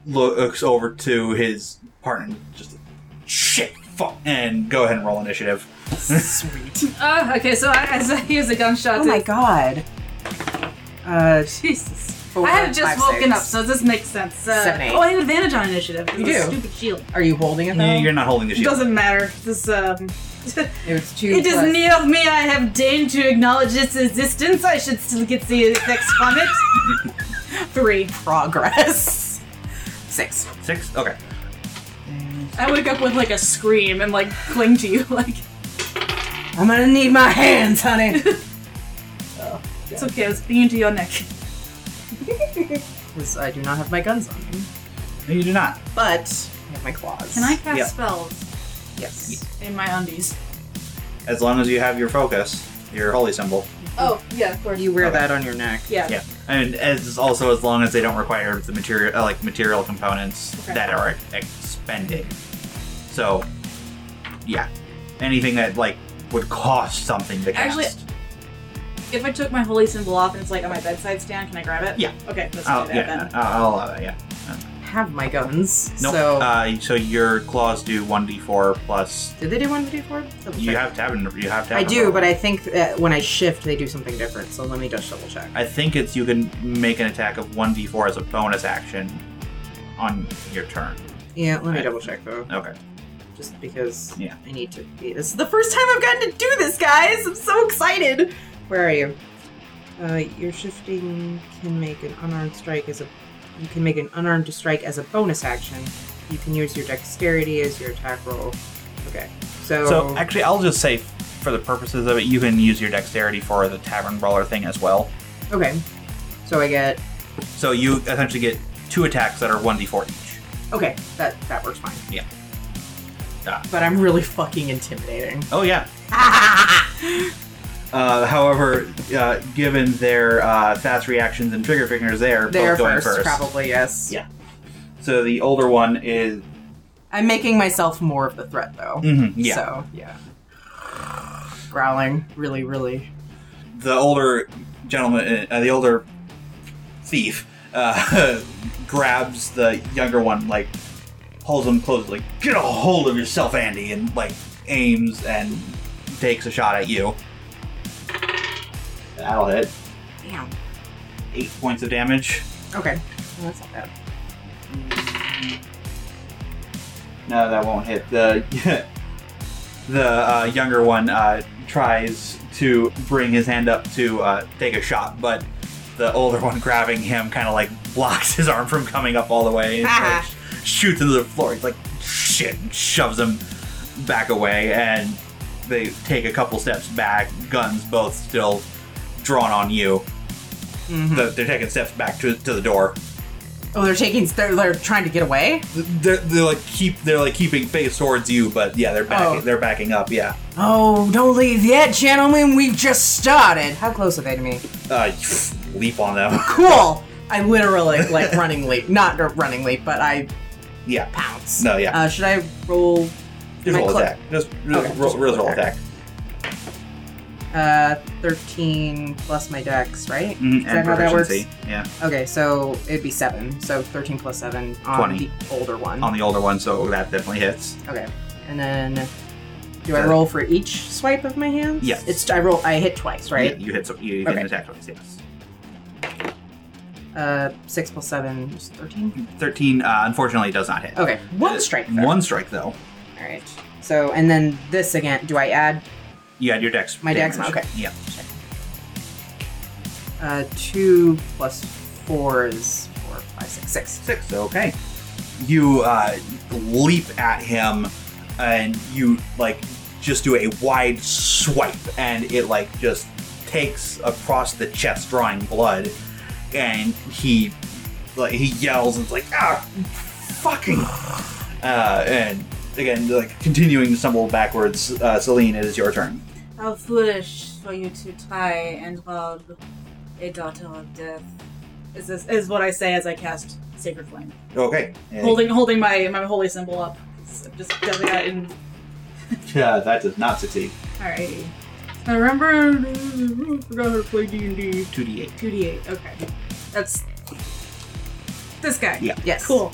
looks over to his partner, and just shit, fuck, and go ahead and roll initiative. Sweet. Oh, okay, so I, as I hears a gunshot. oh my it's- god. Uh, Jesus. four, I have five, just woken six. up, so this makes sense. Uh, Seven, eight. Oh, I have advantage on initiative. 'cause You of do. Stupid shield. Are you holding it though? You're not holding the shield. Doesn't matter. This um. It's two. It is plus- near me. I have deigned to acknowledge its existence. I should still get the effects from it. Three. progress. Six. Six. Okay. I wake up with like a scream and like cling to you. Like I'm gonna need my hands, honey. it's okay. I was clinging to your neck. 'Cause I do not have my guns on me, No, you do not. but I have my claws. Can I cast Yep. spells Yes. in my undies? As long as you have your focus, your holy symbol. Oh yeah, of course. You wear Okay. that on your neck. Yeah. Yeah, and as also as long as they don't require the material uh, like material components Okay. that are expended. So, yeah, anything that like would cost something to cast. Actually- If I took my holy symbol off and it's like on my bedside stand, can I grab it? Yeah. Okay, let's oh do that yeah, then. I'll, I'll allow that. Yeah. Have my guns. Nope. So uh, so your claws do one d four plus. Did they do one to do four? Double You check. have to have an- you have to. Have I an do, umbrella. but I think that when I shift, they do something different. So let me just double check. I think it's you can make an attack of one d four as a bonus action on your turn. Yeah, let me I- double check though, Okay. just because Yeah. I need to be. This is the first time I've gotten to do this, guys. I'm so excited. Where are you? Uh, your shifting can make an unarmed strike as a. You can make an unarmed strike as a bonus action, You can use your dexterity as your attack roll. Okay. So, So actually, I'll just say, for the purposes of it, you can use your dexterity for the tavern brawler thing as well. okay. So I get So you essentially get two attacks that are one d4 each. okay. That that works fine. Yeah. But I'm really fucking intimidating. Oh yeah. uh, however, uh, given their uh, fast reactions and trigger fingers, they're There both going first, first. probably yes. Yeah. So the older one is. I'm making myself more of the threat though. mhm, yeah. So yeah. Growling, really, really. the older gentleman, uh, the older thief, uh, grabs the younger one, like holds him close, like get a hold of yourself, Andy, and like aims and takes a shot at you. That'll hit. Damn. Eight points of damage. Okay. Well, that's not bad. No, that won't hit. The the uh, younger one uh, tries to bring his hand up to uh, take a shot, but the older one grabbing him kind of like blocks his arm from coming up all the way and like, sh- shoots into the floor. He's like, shit, and shoves him back away, and they take a couple steps back, guns both still drawn on you. Mhm. The- they're taking steps back to, to the door. Oh, they're taking. They're, they're trying to get away. They're, they're like keep they're like keeping face towards you, but yeah, they're backing Oh. they're backing up. Yeah, Oh, don't leave yet, gentlemen. We've just started. How close are they to me? uh, you leap on them. Cool. I literally like running leap, not r- running leap, but I yeah, pounce. no, yeah. Uh, should I roll? just my roll clo- attack. Just, just Okay, roll, just roll, roll attack. attack. Uh, thirteen plus my dex, right? Mhm, Is that how that works? Yeah, Okay, so it'd be seven. So thirteen plus seven on 20. the older one. on the older one, so that definitely hits. okay, and then do I Uh, roll for each swipe of my hand? Yes. It's I roll. I hit twice, right? You, you hit some. You hit Okay. an attack twice. Yes. Uh, six plus seven is thirteen. Thirteen. Uh, unfortunately, does not hit. Okay, Oh, one Uh, strike. Though. One strike though. All right. So and then this again. Do I add You had your dex. My dex, damage. okay. Yeah. Uh, two plus four is four, five, six, six. Six. Okay. You uh, leap at him, and you like just do a wide swipe, and it like just takes across the chest, drawing blood, and he like he yells and is like ah fucking, uh, and again like continuing to stumble backwards. Uh, Celine, it is your turn. How foolish for you to try and rob a daughter of death. Is this is what I say as I cast Sacred Flame, Okay. holding holding my my holy symbol up. So I'm just doing that in. Yeah, uh, that does not succeed. Alrighty. I remember. I forgot how to play D and D. Two d eight. Two D eight. Okay, that's this guy. Yeah. Yes. Cool.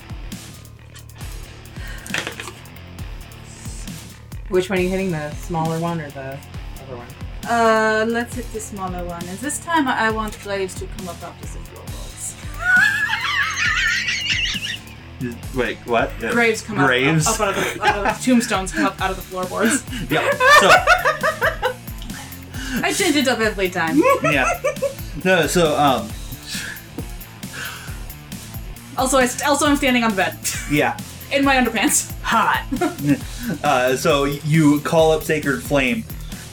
Which one are you hitting? The smaller one or the other one? Uh, let's hit the smaller one. And this time I want blades to come up after the floor walls. Wait, what? Yeah. Graves come Graves. up, up, up out of the out of the- tombstones come up out of the floorboards. Yeah. So. I change it up every time. yeah. No, so um, Also, I st- also I'm standing on the bed yeah. in my underpants. Hot. Uh, so you call up Sacred Flame,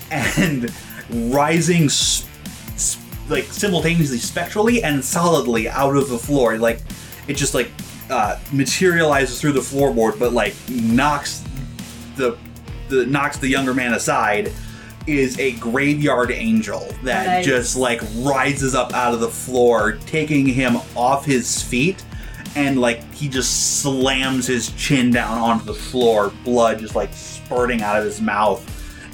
and rising, s s like simultaneously, spectrally and solidly out of the floor, like it just like uh, materializes through the floorboard, but like knocks the the knocks the younger man aside. Is a graveyard angel that Nice. just like rises up out of the floor, taking him off his feet and like he just slams his chin down onto the floor, blood just like spurting out of his mouth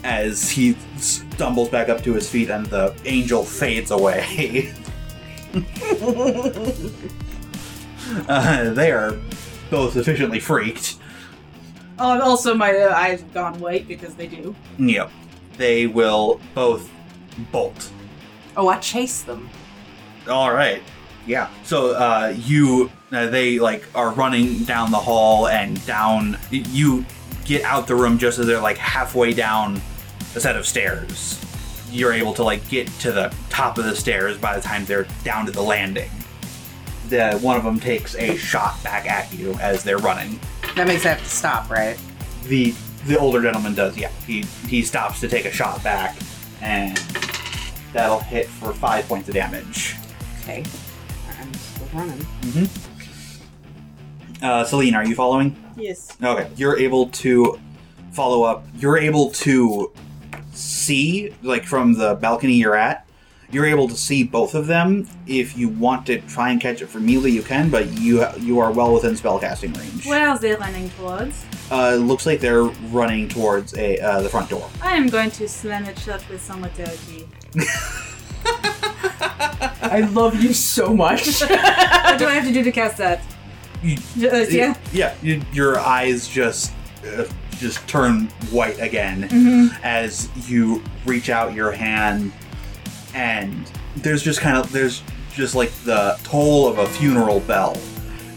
as he stumbles back up to his feet and the angel fades away. uh, they are both sufficiently freaked. Oh, and also my uh, eyes have gone white because they do. Yep. They will both bolt. Oh, I chased them. All right. Yeah. So uh, you, uh, they like are running down the hall and down. You get out the room just as they're like halfway down a set of stairs. You're able to like get to the top of the stairs by the time they're down to the landing. The one of them takes a shot back at you as they're running. That makes that stop, right? the the older gentleman does. Yeah, he he stops to take a shot back, and that'll hit for five points of damage. Okay. I'm still running. Uh, Celine, are you following? Yes. Okay, you're able to follow up. You're able to see, like from the balcony you're at, you're able to see both of them. If you want to try and catch it from Melee, you can, but you you are well within spellcasting range. Where are they running towards? Uh, looks like they're running towards a uh, the front door. I am going to slam it shut with some authority. I love you so much. what do I have to do to cast that? You- Just- yeah. yeah. You, your eyes just uh, just turn white again Mm-hmm. as you reach out your hand, and there's just kind of there's just like the toll of a funeral bell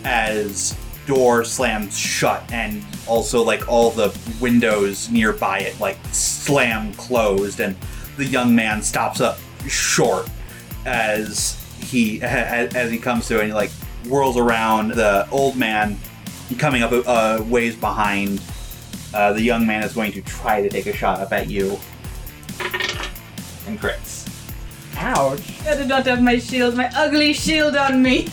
as door slams shut and also like all the windows nearby it like slam closed and the young man stops up short as he as, as he comes to and he like whirls around the old man coming up a, a ways behind uh, the young man is going to try to take a shot up at you and crits Ouch. I do not have my shield, my ugly shield on me.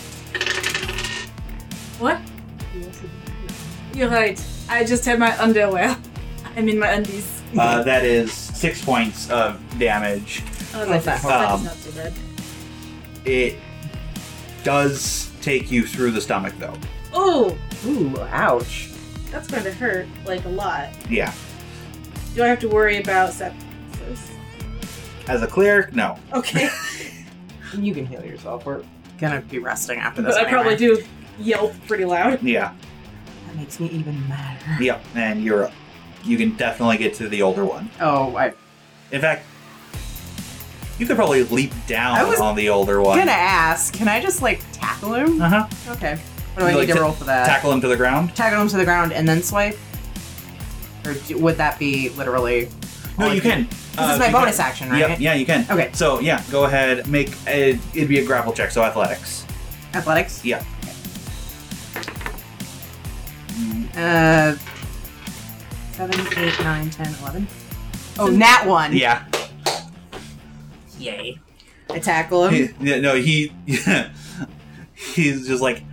What? You're right. I just had my underwear. I mean my undies. uh, that is six points of damage Oh, Love that that. is, that Um, is not too bad. it does take you through the stomach though Oh, Ooh, ouch. that's going to hurt like a lot. yeah Do I have to worry about sepsis? as a cleric no Okay, You can heal yourself. We're gonna be resting after but this. I probably anyway. do yelp pretty loud. yeah That makes me even madder. yep and you're up you can definitely get to the older one Oh, I in fact you could probably leap I down was on the older one gonna ask. Can I just like tackle him? uh-huh Okay. What do I You, need like, to ta- roll for that? tackle him to the ground tackle him to the ground and then swipe? Or do, would that be literally? No, all I you can. Uh, This is my bonus action, right? Yeah, yeah, you can. Okay. So yeah, go ahead. Make a, it'd be a grapple check. So athletics. Athletics. Yeah. Uh, seven, eight, nine, ten, eleven. Oh, nat one. Yeah. Yay. I tackle him. He- yeah, no, he. he's just like,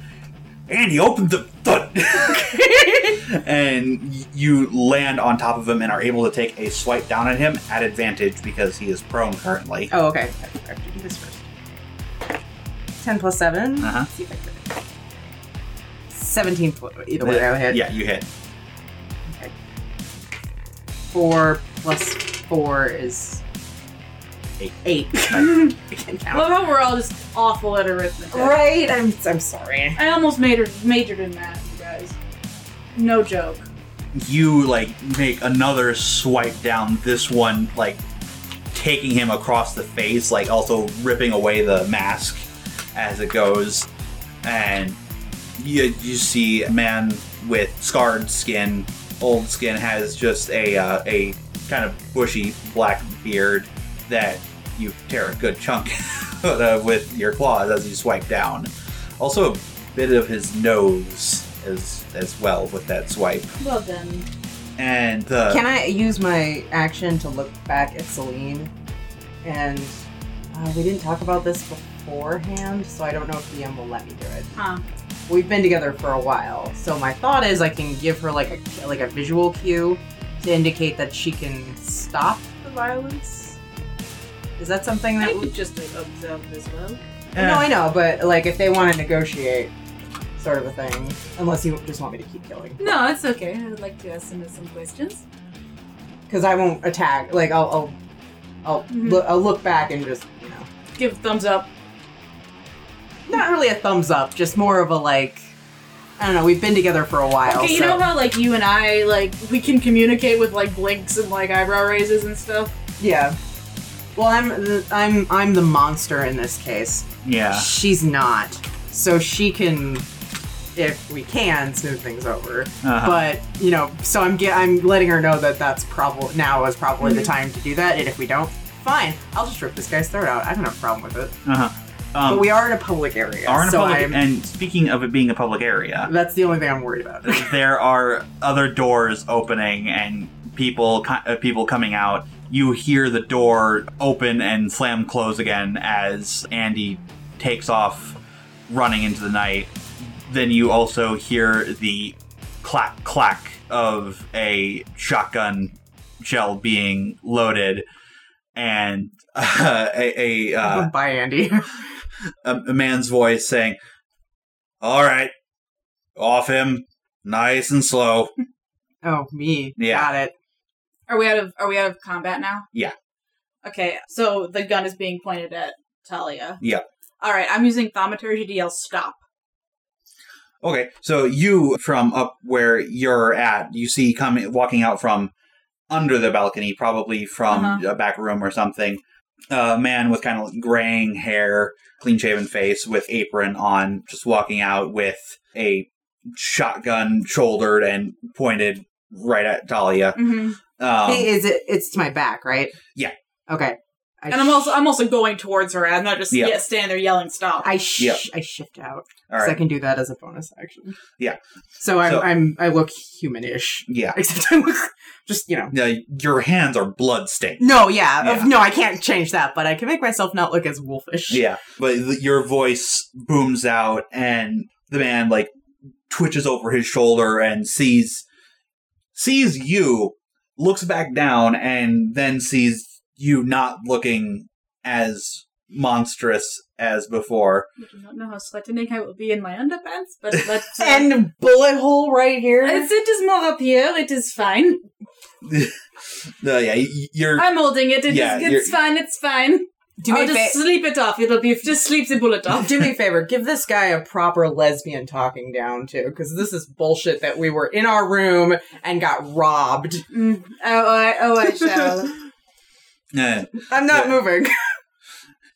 Andy, open the. the-" and y- you land on top of him and are able to take a swipe down at him at advantage because he is prone currently. Oh, okay. I have to do this first. Ten plus seven. Uh-huh. See if I crit. Seventeen. fo- Either way, I hit. Yeah, you hit. Four plus four is Eight. Eight. Nice. I can I count. love how we're all just awful at arithmetic. Right. I'm. I'm sorry. I almost majored, majored in math, you guys. No joke. you like make another swipe down this one like taking him across the face like also ripping away the mask as it goes and you, you see a man with scarred skin old skin has just a uh, a kind of bushy black beard that you tear a good chunk out of with your claws as you swipe down also a bit of his nose as as well with that swipe Well then, and the Can I use my action to look back at Celine? And uh, we didn't talk about this beforehand, so I don't know if DM will let me do it. huh? We've been together for a while, so my thought is I can give her like a like a visual cue to indicate that she can stop the violence. Is that something I that? could just observe as well. eh, No, I know, but like if they want to negotiate, sort of a thing. Unless you just want me to keep killing, No, it's okay. I would like to ask them some questions. because I won't attack. Like I'll I'll I'll, Mhm. loo- I'll look back and just you know. Give thumbs up. not really a thumbs up, just more of a like. I don't know. We've been together for a while. Okay, you so- know how like you and I like we can communicate with like blinks and like eyebrow raises and stuff. Yeah. Well, I'm the, I'm I'm the monster in this case. yeah She's not, so she can, if we can, smooth things over. uh-huh. But you know, so I'm ge- I'm letting her know that that's probably now is probably the time to do that. And if we don't, fine. I'll just rip this guy's throat out. I don't have a problem with it. uh-huh. Um, but we are in a public area. are in a so public, I'm, and speaking of it being a public area, that's the only thing I'm worried about. there are other doors opening and people co- uh, people coming out. You hear the door open and slam close again as Andy takes off running into the night. Then you also hear the clack clack of a shotgun shell being loaded and uh, a, a uh, Bye, Andy. a, a man's voice saying, "All right, off him, nice and slow." oh, me. Yeah. Got it. Are we out of Are we out of combat now? Yeah. Okay, so the gun is being pointed at Talia. Yeah. All right, I'm using thaumaturgy to yell stop. Okay, so you from up where you're at, you see coming walking out from under the balcony, probably from Uh-huh. a back room or something. A man with kind of graying hair, clean shaven face, with apron on, just walking out with a shotgun shouldered and pointed right at Talia. Mm-hmm. Um, hey, is it? It's to my back, right? Yeah. Okay. I And I'm sh- also I'm also going towards her. I'm not just Yeah. yeah, standing there yelling stop. I sh- Yeah. I shift out all because I right, can do that as a bonus action. Yeah. So I'm So- I'm I look humanish, yeah. except I look just you know. Now, your hands are blood stained. No, yeah, Yeah. uh, no, I can't change that, but I can make myself not look as wolfish. Yeah, but th- your voice booms out, and the man like twitches over his shoulder and sees sees you, looks back down, and then sees you not looking as monstrous as before. I do not know how threatening I will be in my underpants, but let's. uh, And bullet hole right here. as it is more up here. It is fine. No, yeah, y- you're I'm holding it. It is Yeah, you're- it's fine. It's fine. do me I'll a just fa- sleep it off. It'll be just sleep the bullet off. do me a favor. Give this guy a proper lesbian talking down to, because this is bullshit that we were in our room and got robbed. Mm. Oh, I, oh, I shall. Eh. I'm not moving.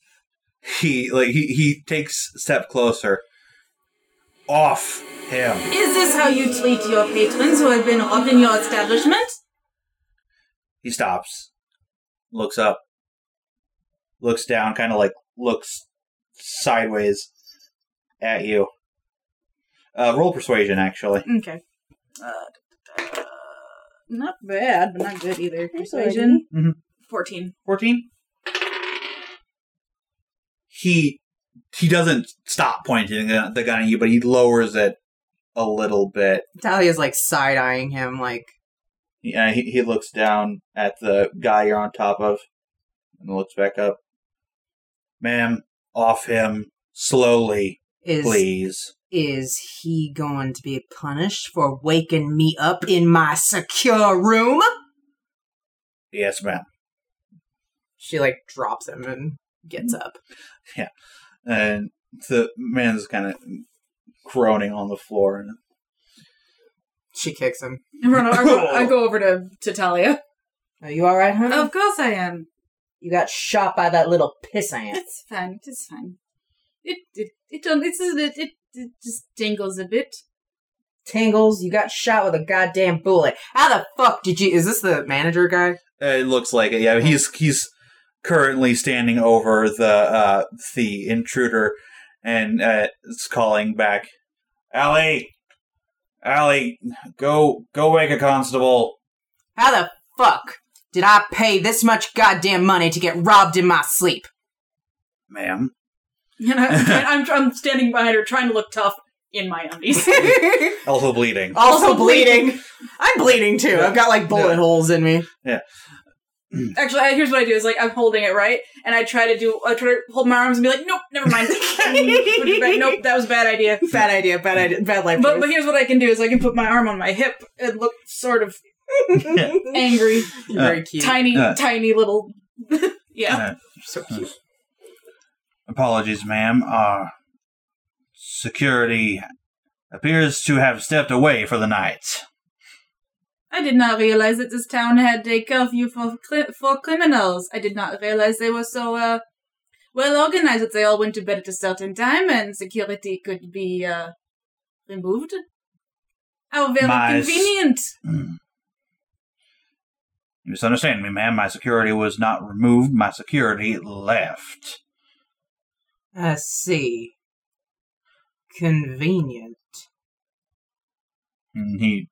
he like he he takes a step closer. Off him. Is this how you treat your patrons who have been robbed in your establishment? He stops, looks up, looks down, kind of like looks sideways at you. Uh, roll persuasion, actually. Okay. Uh, not bad, but not good either. Persuasion. Mhm. 14. 14? He he doesn't stop pointing the the gun at you, but he lowers it a little bit. Talia's like side eyeing him, like, Yeah, he, he looks down at the guy you're on top of and looks back up. Ma'am, off him slowly, is please. is he going to be punished for waking me up in my secure room? Yes, ma'am. She like drops him and gets up. and the man's kind of groaning on the floor. And She kicks him. I, run, I, go, I go over to, to Talia. Are you all right, honey? Of course I am. You got shot by that little piss ant. It's fine. It's fine. It it it don't. It's it it, it just dingles a bit. Tingles, you got shot with a goddamn bullet. How the fuck did you? Is this the manager guy? it looks like it. Yeah, he's he's currently standing over the uh, the intruder and uh, is calling back. Allie, Allie, go go wake a constable. How the fuck did I pay this much goddamn money to get robbed in my sleep? Ma'am, And I, I'm I'm standing behind her, trying to look tough in my undies. also bleeding. also Also bleeding. bleeding. I'm bleeding too. I've got like bullet Yeah. holes in me. Actually, I, here's what I do: is like I'm holding it right, and I try to do, I try to hold my arms and be like, nope, never mind. And put it back. Nope, that was a bad idea. Bad idea. Bad idea. Bad life. But, but here's what I can do: is I can put my arm on my hip and look sort of angry, You're very cute. tiny, Uh. tiny little. yeah. so cute. Apologies, ma'am. Our security appears to have stepped away for the night. I did not realize that this town had a curfew for cri- for criminals. I did not realize they were so uh, well organized that they all went to bed at a certain time and security could be uh, removed. How very My s- convenient! You Mm. misunderstand me, ma'am. My security was not removed. My security left. I see. Convenient. And he,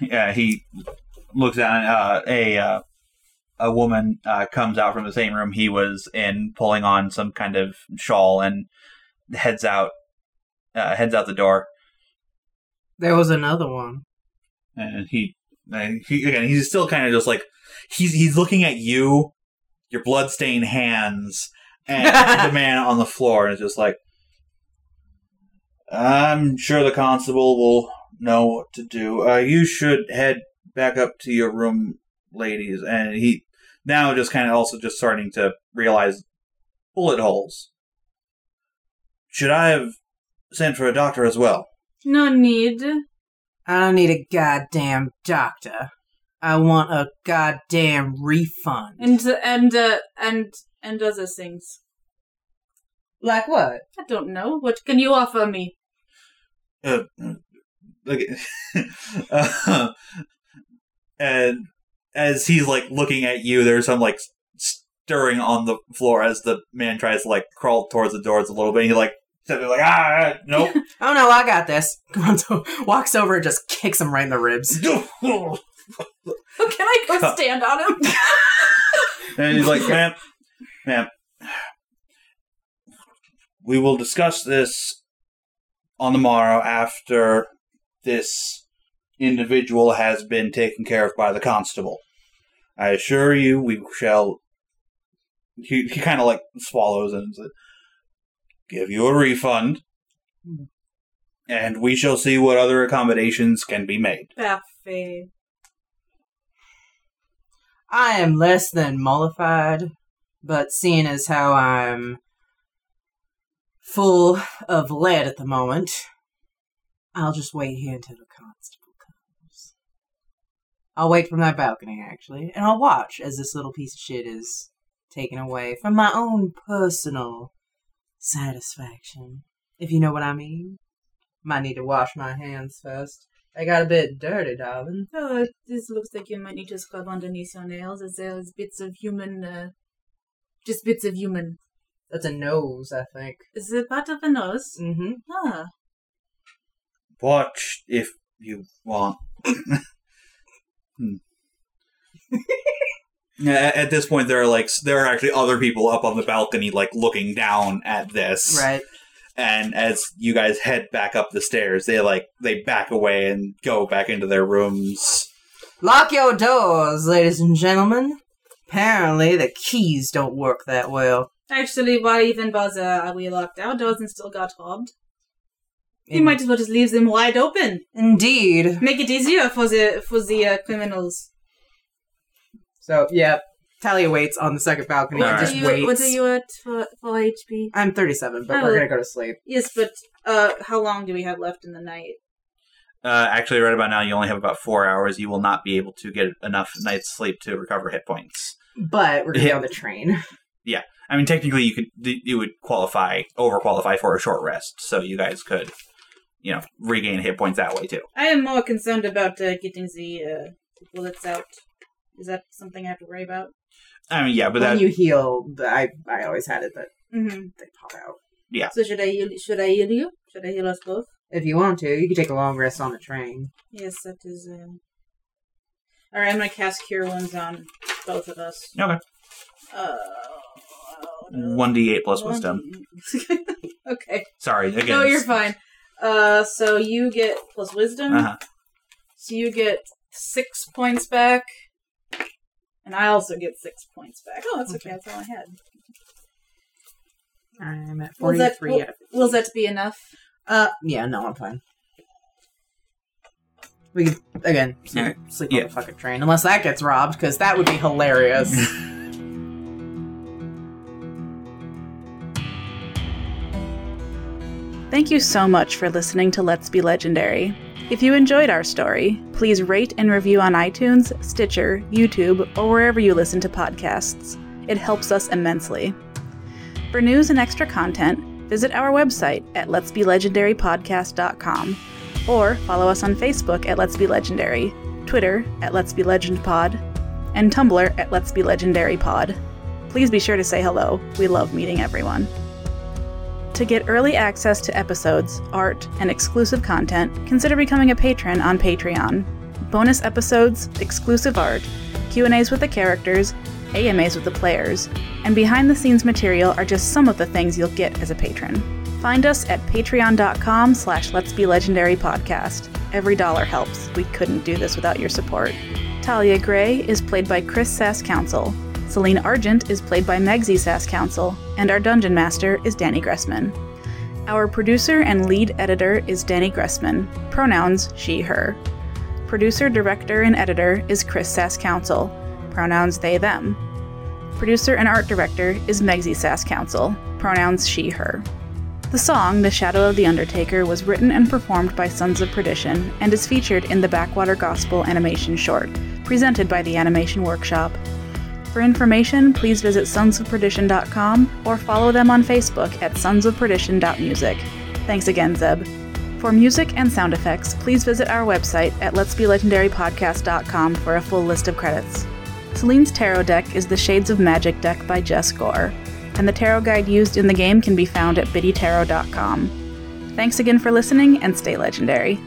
yeah, he looks at uh, a uh, a woman uh, comes out from the same room he was in, pulling on some kind of shawl, and heads out uh, heads out the door. There was another one. And he, uh, he again, he's still kind of just like he's he's looking at you, your bloodstained hands, and the man on the floor, and is just like, I'm sure the constable will know what to do. Uh, you should head back up to your room, ladies. And he now just kind of also just starting to realize bullet holes. Should I have sent for a doctor as well? No need. I don't need a goddamn doctor. I want a goddamn refund. And and uh, and and other things. like what? I don't know. What can you offer me? uh, look at- uh, and as he's like looking at you, there's some like stirring on the floor as the man tries to like crawl towards the doors a little bit. And he like steps in, like ah nope. Oh no, I got this. Grunto walks over and just kicks him right in the ribs. Can I go Huh. stand on him? and he's like, ma'am, ma'am, we will discuss this on the morrow after this individual has been taken care of by the constable. I assure you, we shall. He, he kind of like swallows and says, give you a refund, and we shall see what other accommodations can be made. Parfait. I am less than mollified, but seeing as how I'm full of lead at the moment, I'll just wait here until the constable comes. I'll wait from that balcony, actually, and I'll watch as this little piece of shit is taken away from my own personal satisfaction, if you know what I mean. Might need to wash my hands first. They got a bit dirty, darling. Oh, this looks like you might need to scrub underneath your nails as there's bits of human, uh, just bits of human. That's a nose, I think. Is it part of a nose? Mm-hmm. Ah, Watch if you want. Hmm. Yeah, at, at this point, there are like s- there are actually other people up on the balcony, like looking down at this. Right. And as you guys head back up the stairs, they like they back away and go back into their rooms. Lock your doors, ladies and gentlemen. Apparently, the keys don't work that well. Actually, why even bother? Are we locked our doors and still got robbed? You In- might as well just leave them wide open. Indeed. Make it easier for the for the uh, criminals. So, yeah, Talia waits on the second balcony What and Alright. just are you waits. What are you at for for HP? I'm 37, but Oh. we're gonna go to sleep. Yes, but uh, how long do we have left in the night? Uh, actually, right about now, you only have about four hours. You will not be able to get enough night's sleep to recover hit points. But we're gonna be Yeah. on the train. I mean, technically, you could you would qualify over qualify for a short rest, so you guys could, you know, regain hit points that way too. I am more concerned about uh, getting the uh, bullets out. Is that something I have to worry about? I mean, yeah, but when that you heal, the- I, I always had it, but Mm-hmm. they pop out. So should I heal? Should I heal you? Should I heal us both? If you want to, you can take a long rest on the train. Yes, that is. Uh... All right, I'm gonna cast Cure Wounds on both of us. okay. Uh, One d eight plus wisdom. okay. Sorry, again. No, you're fine. Uh, so you get plus wisdom. Uh-huh. So you get six points back, and I also get six points back. Oh, that's okay. That's all I had. I'm at Will that, 43. will, will that be enough? uh, yeah, no, I'm fine. We can, again, sleep, sleep Yeah. on the fucking train. Unless that gets robbed, because that would be hilarious. Thank you so much for listening to Let's Be Legendary. If you enjoyed our story, please rate and review on iTunes, Stitcher, YouTube, or wherever you listen to podcasts. It helps us immensely. For news and extra content, visit our website at letsbelegendarypodcast.com or follow us on Facebook at Let's Be Legendary, Twitter at Let's Be Legend Pod, and Tumblr at Let's Be Legendary Pod. please be sure to say hello. We love meeting everyone. To get early access to episodes, art, and exclusive content, consider becoming a patron on Patreon. Bonus episodes, exclusive art, Q&As with the characters, AMAs with the players, and behind-the-scenes material are just some of the things you'll get as a patron. Find us at patreon.com slash let's be legendary podcast. Every dollar helps. We couldn't do this without your support. Talia Gray is played by Chris Sass Council. Celine Argent is played by Megsy Sass Council, and our dungeon master is Danny Gressman. Our producer and lead editor is Danny Gressman, pronouns she, her. Producer, director, and editor is Chris Sass Council, pronouns they, them. Producer and art director is Megsy Sass Council, pronouns she, her. The song, The Shadow of the Undertaker, was written and performed by Sons of Perdition and is featured in the Backwater Gospel animation short, presented by the Animation Workshop. For information, please visit sonsofperdition.com or follow them on Facebook at sonsofperdition.music. Thanks again, Zeb. For music and sound effects, please visit our website at letsbelegendarypodcast.com for a full list of credits. Celine's tarot deck is the Shades of Magic deck by Jess Gore, and the tarot guide used in the game can be found at biddytarot.com. Thanks again for listening and stay legendary.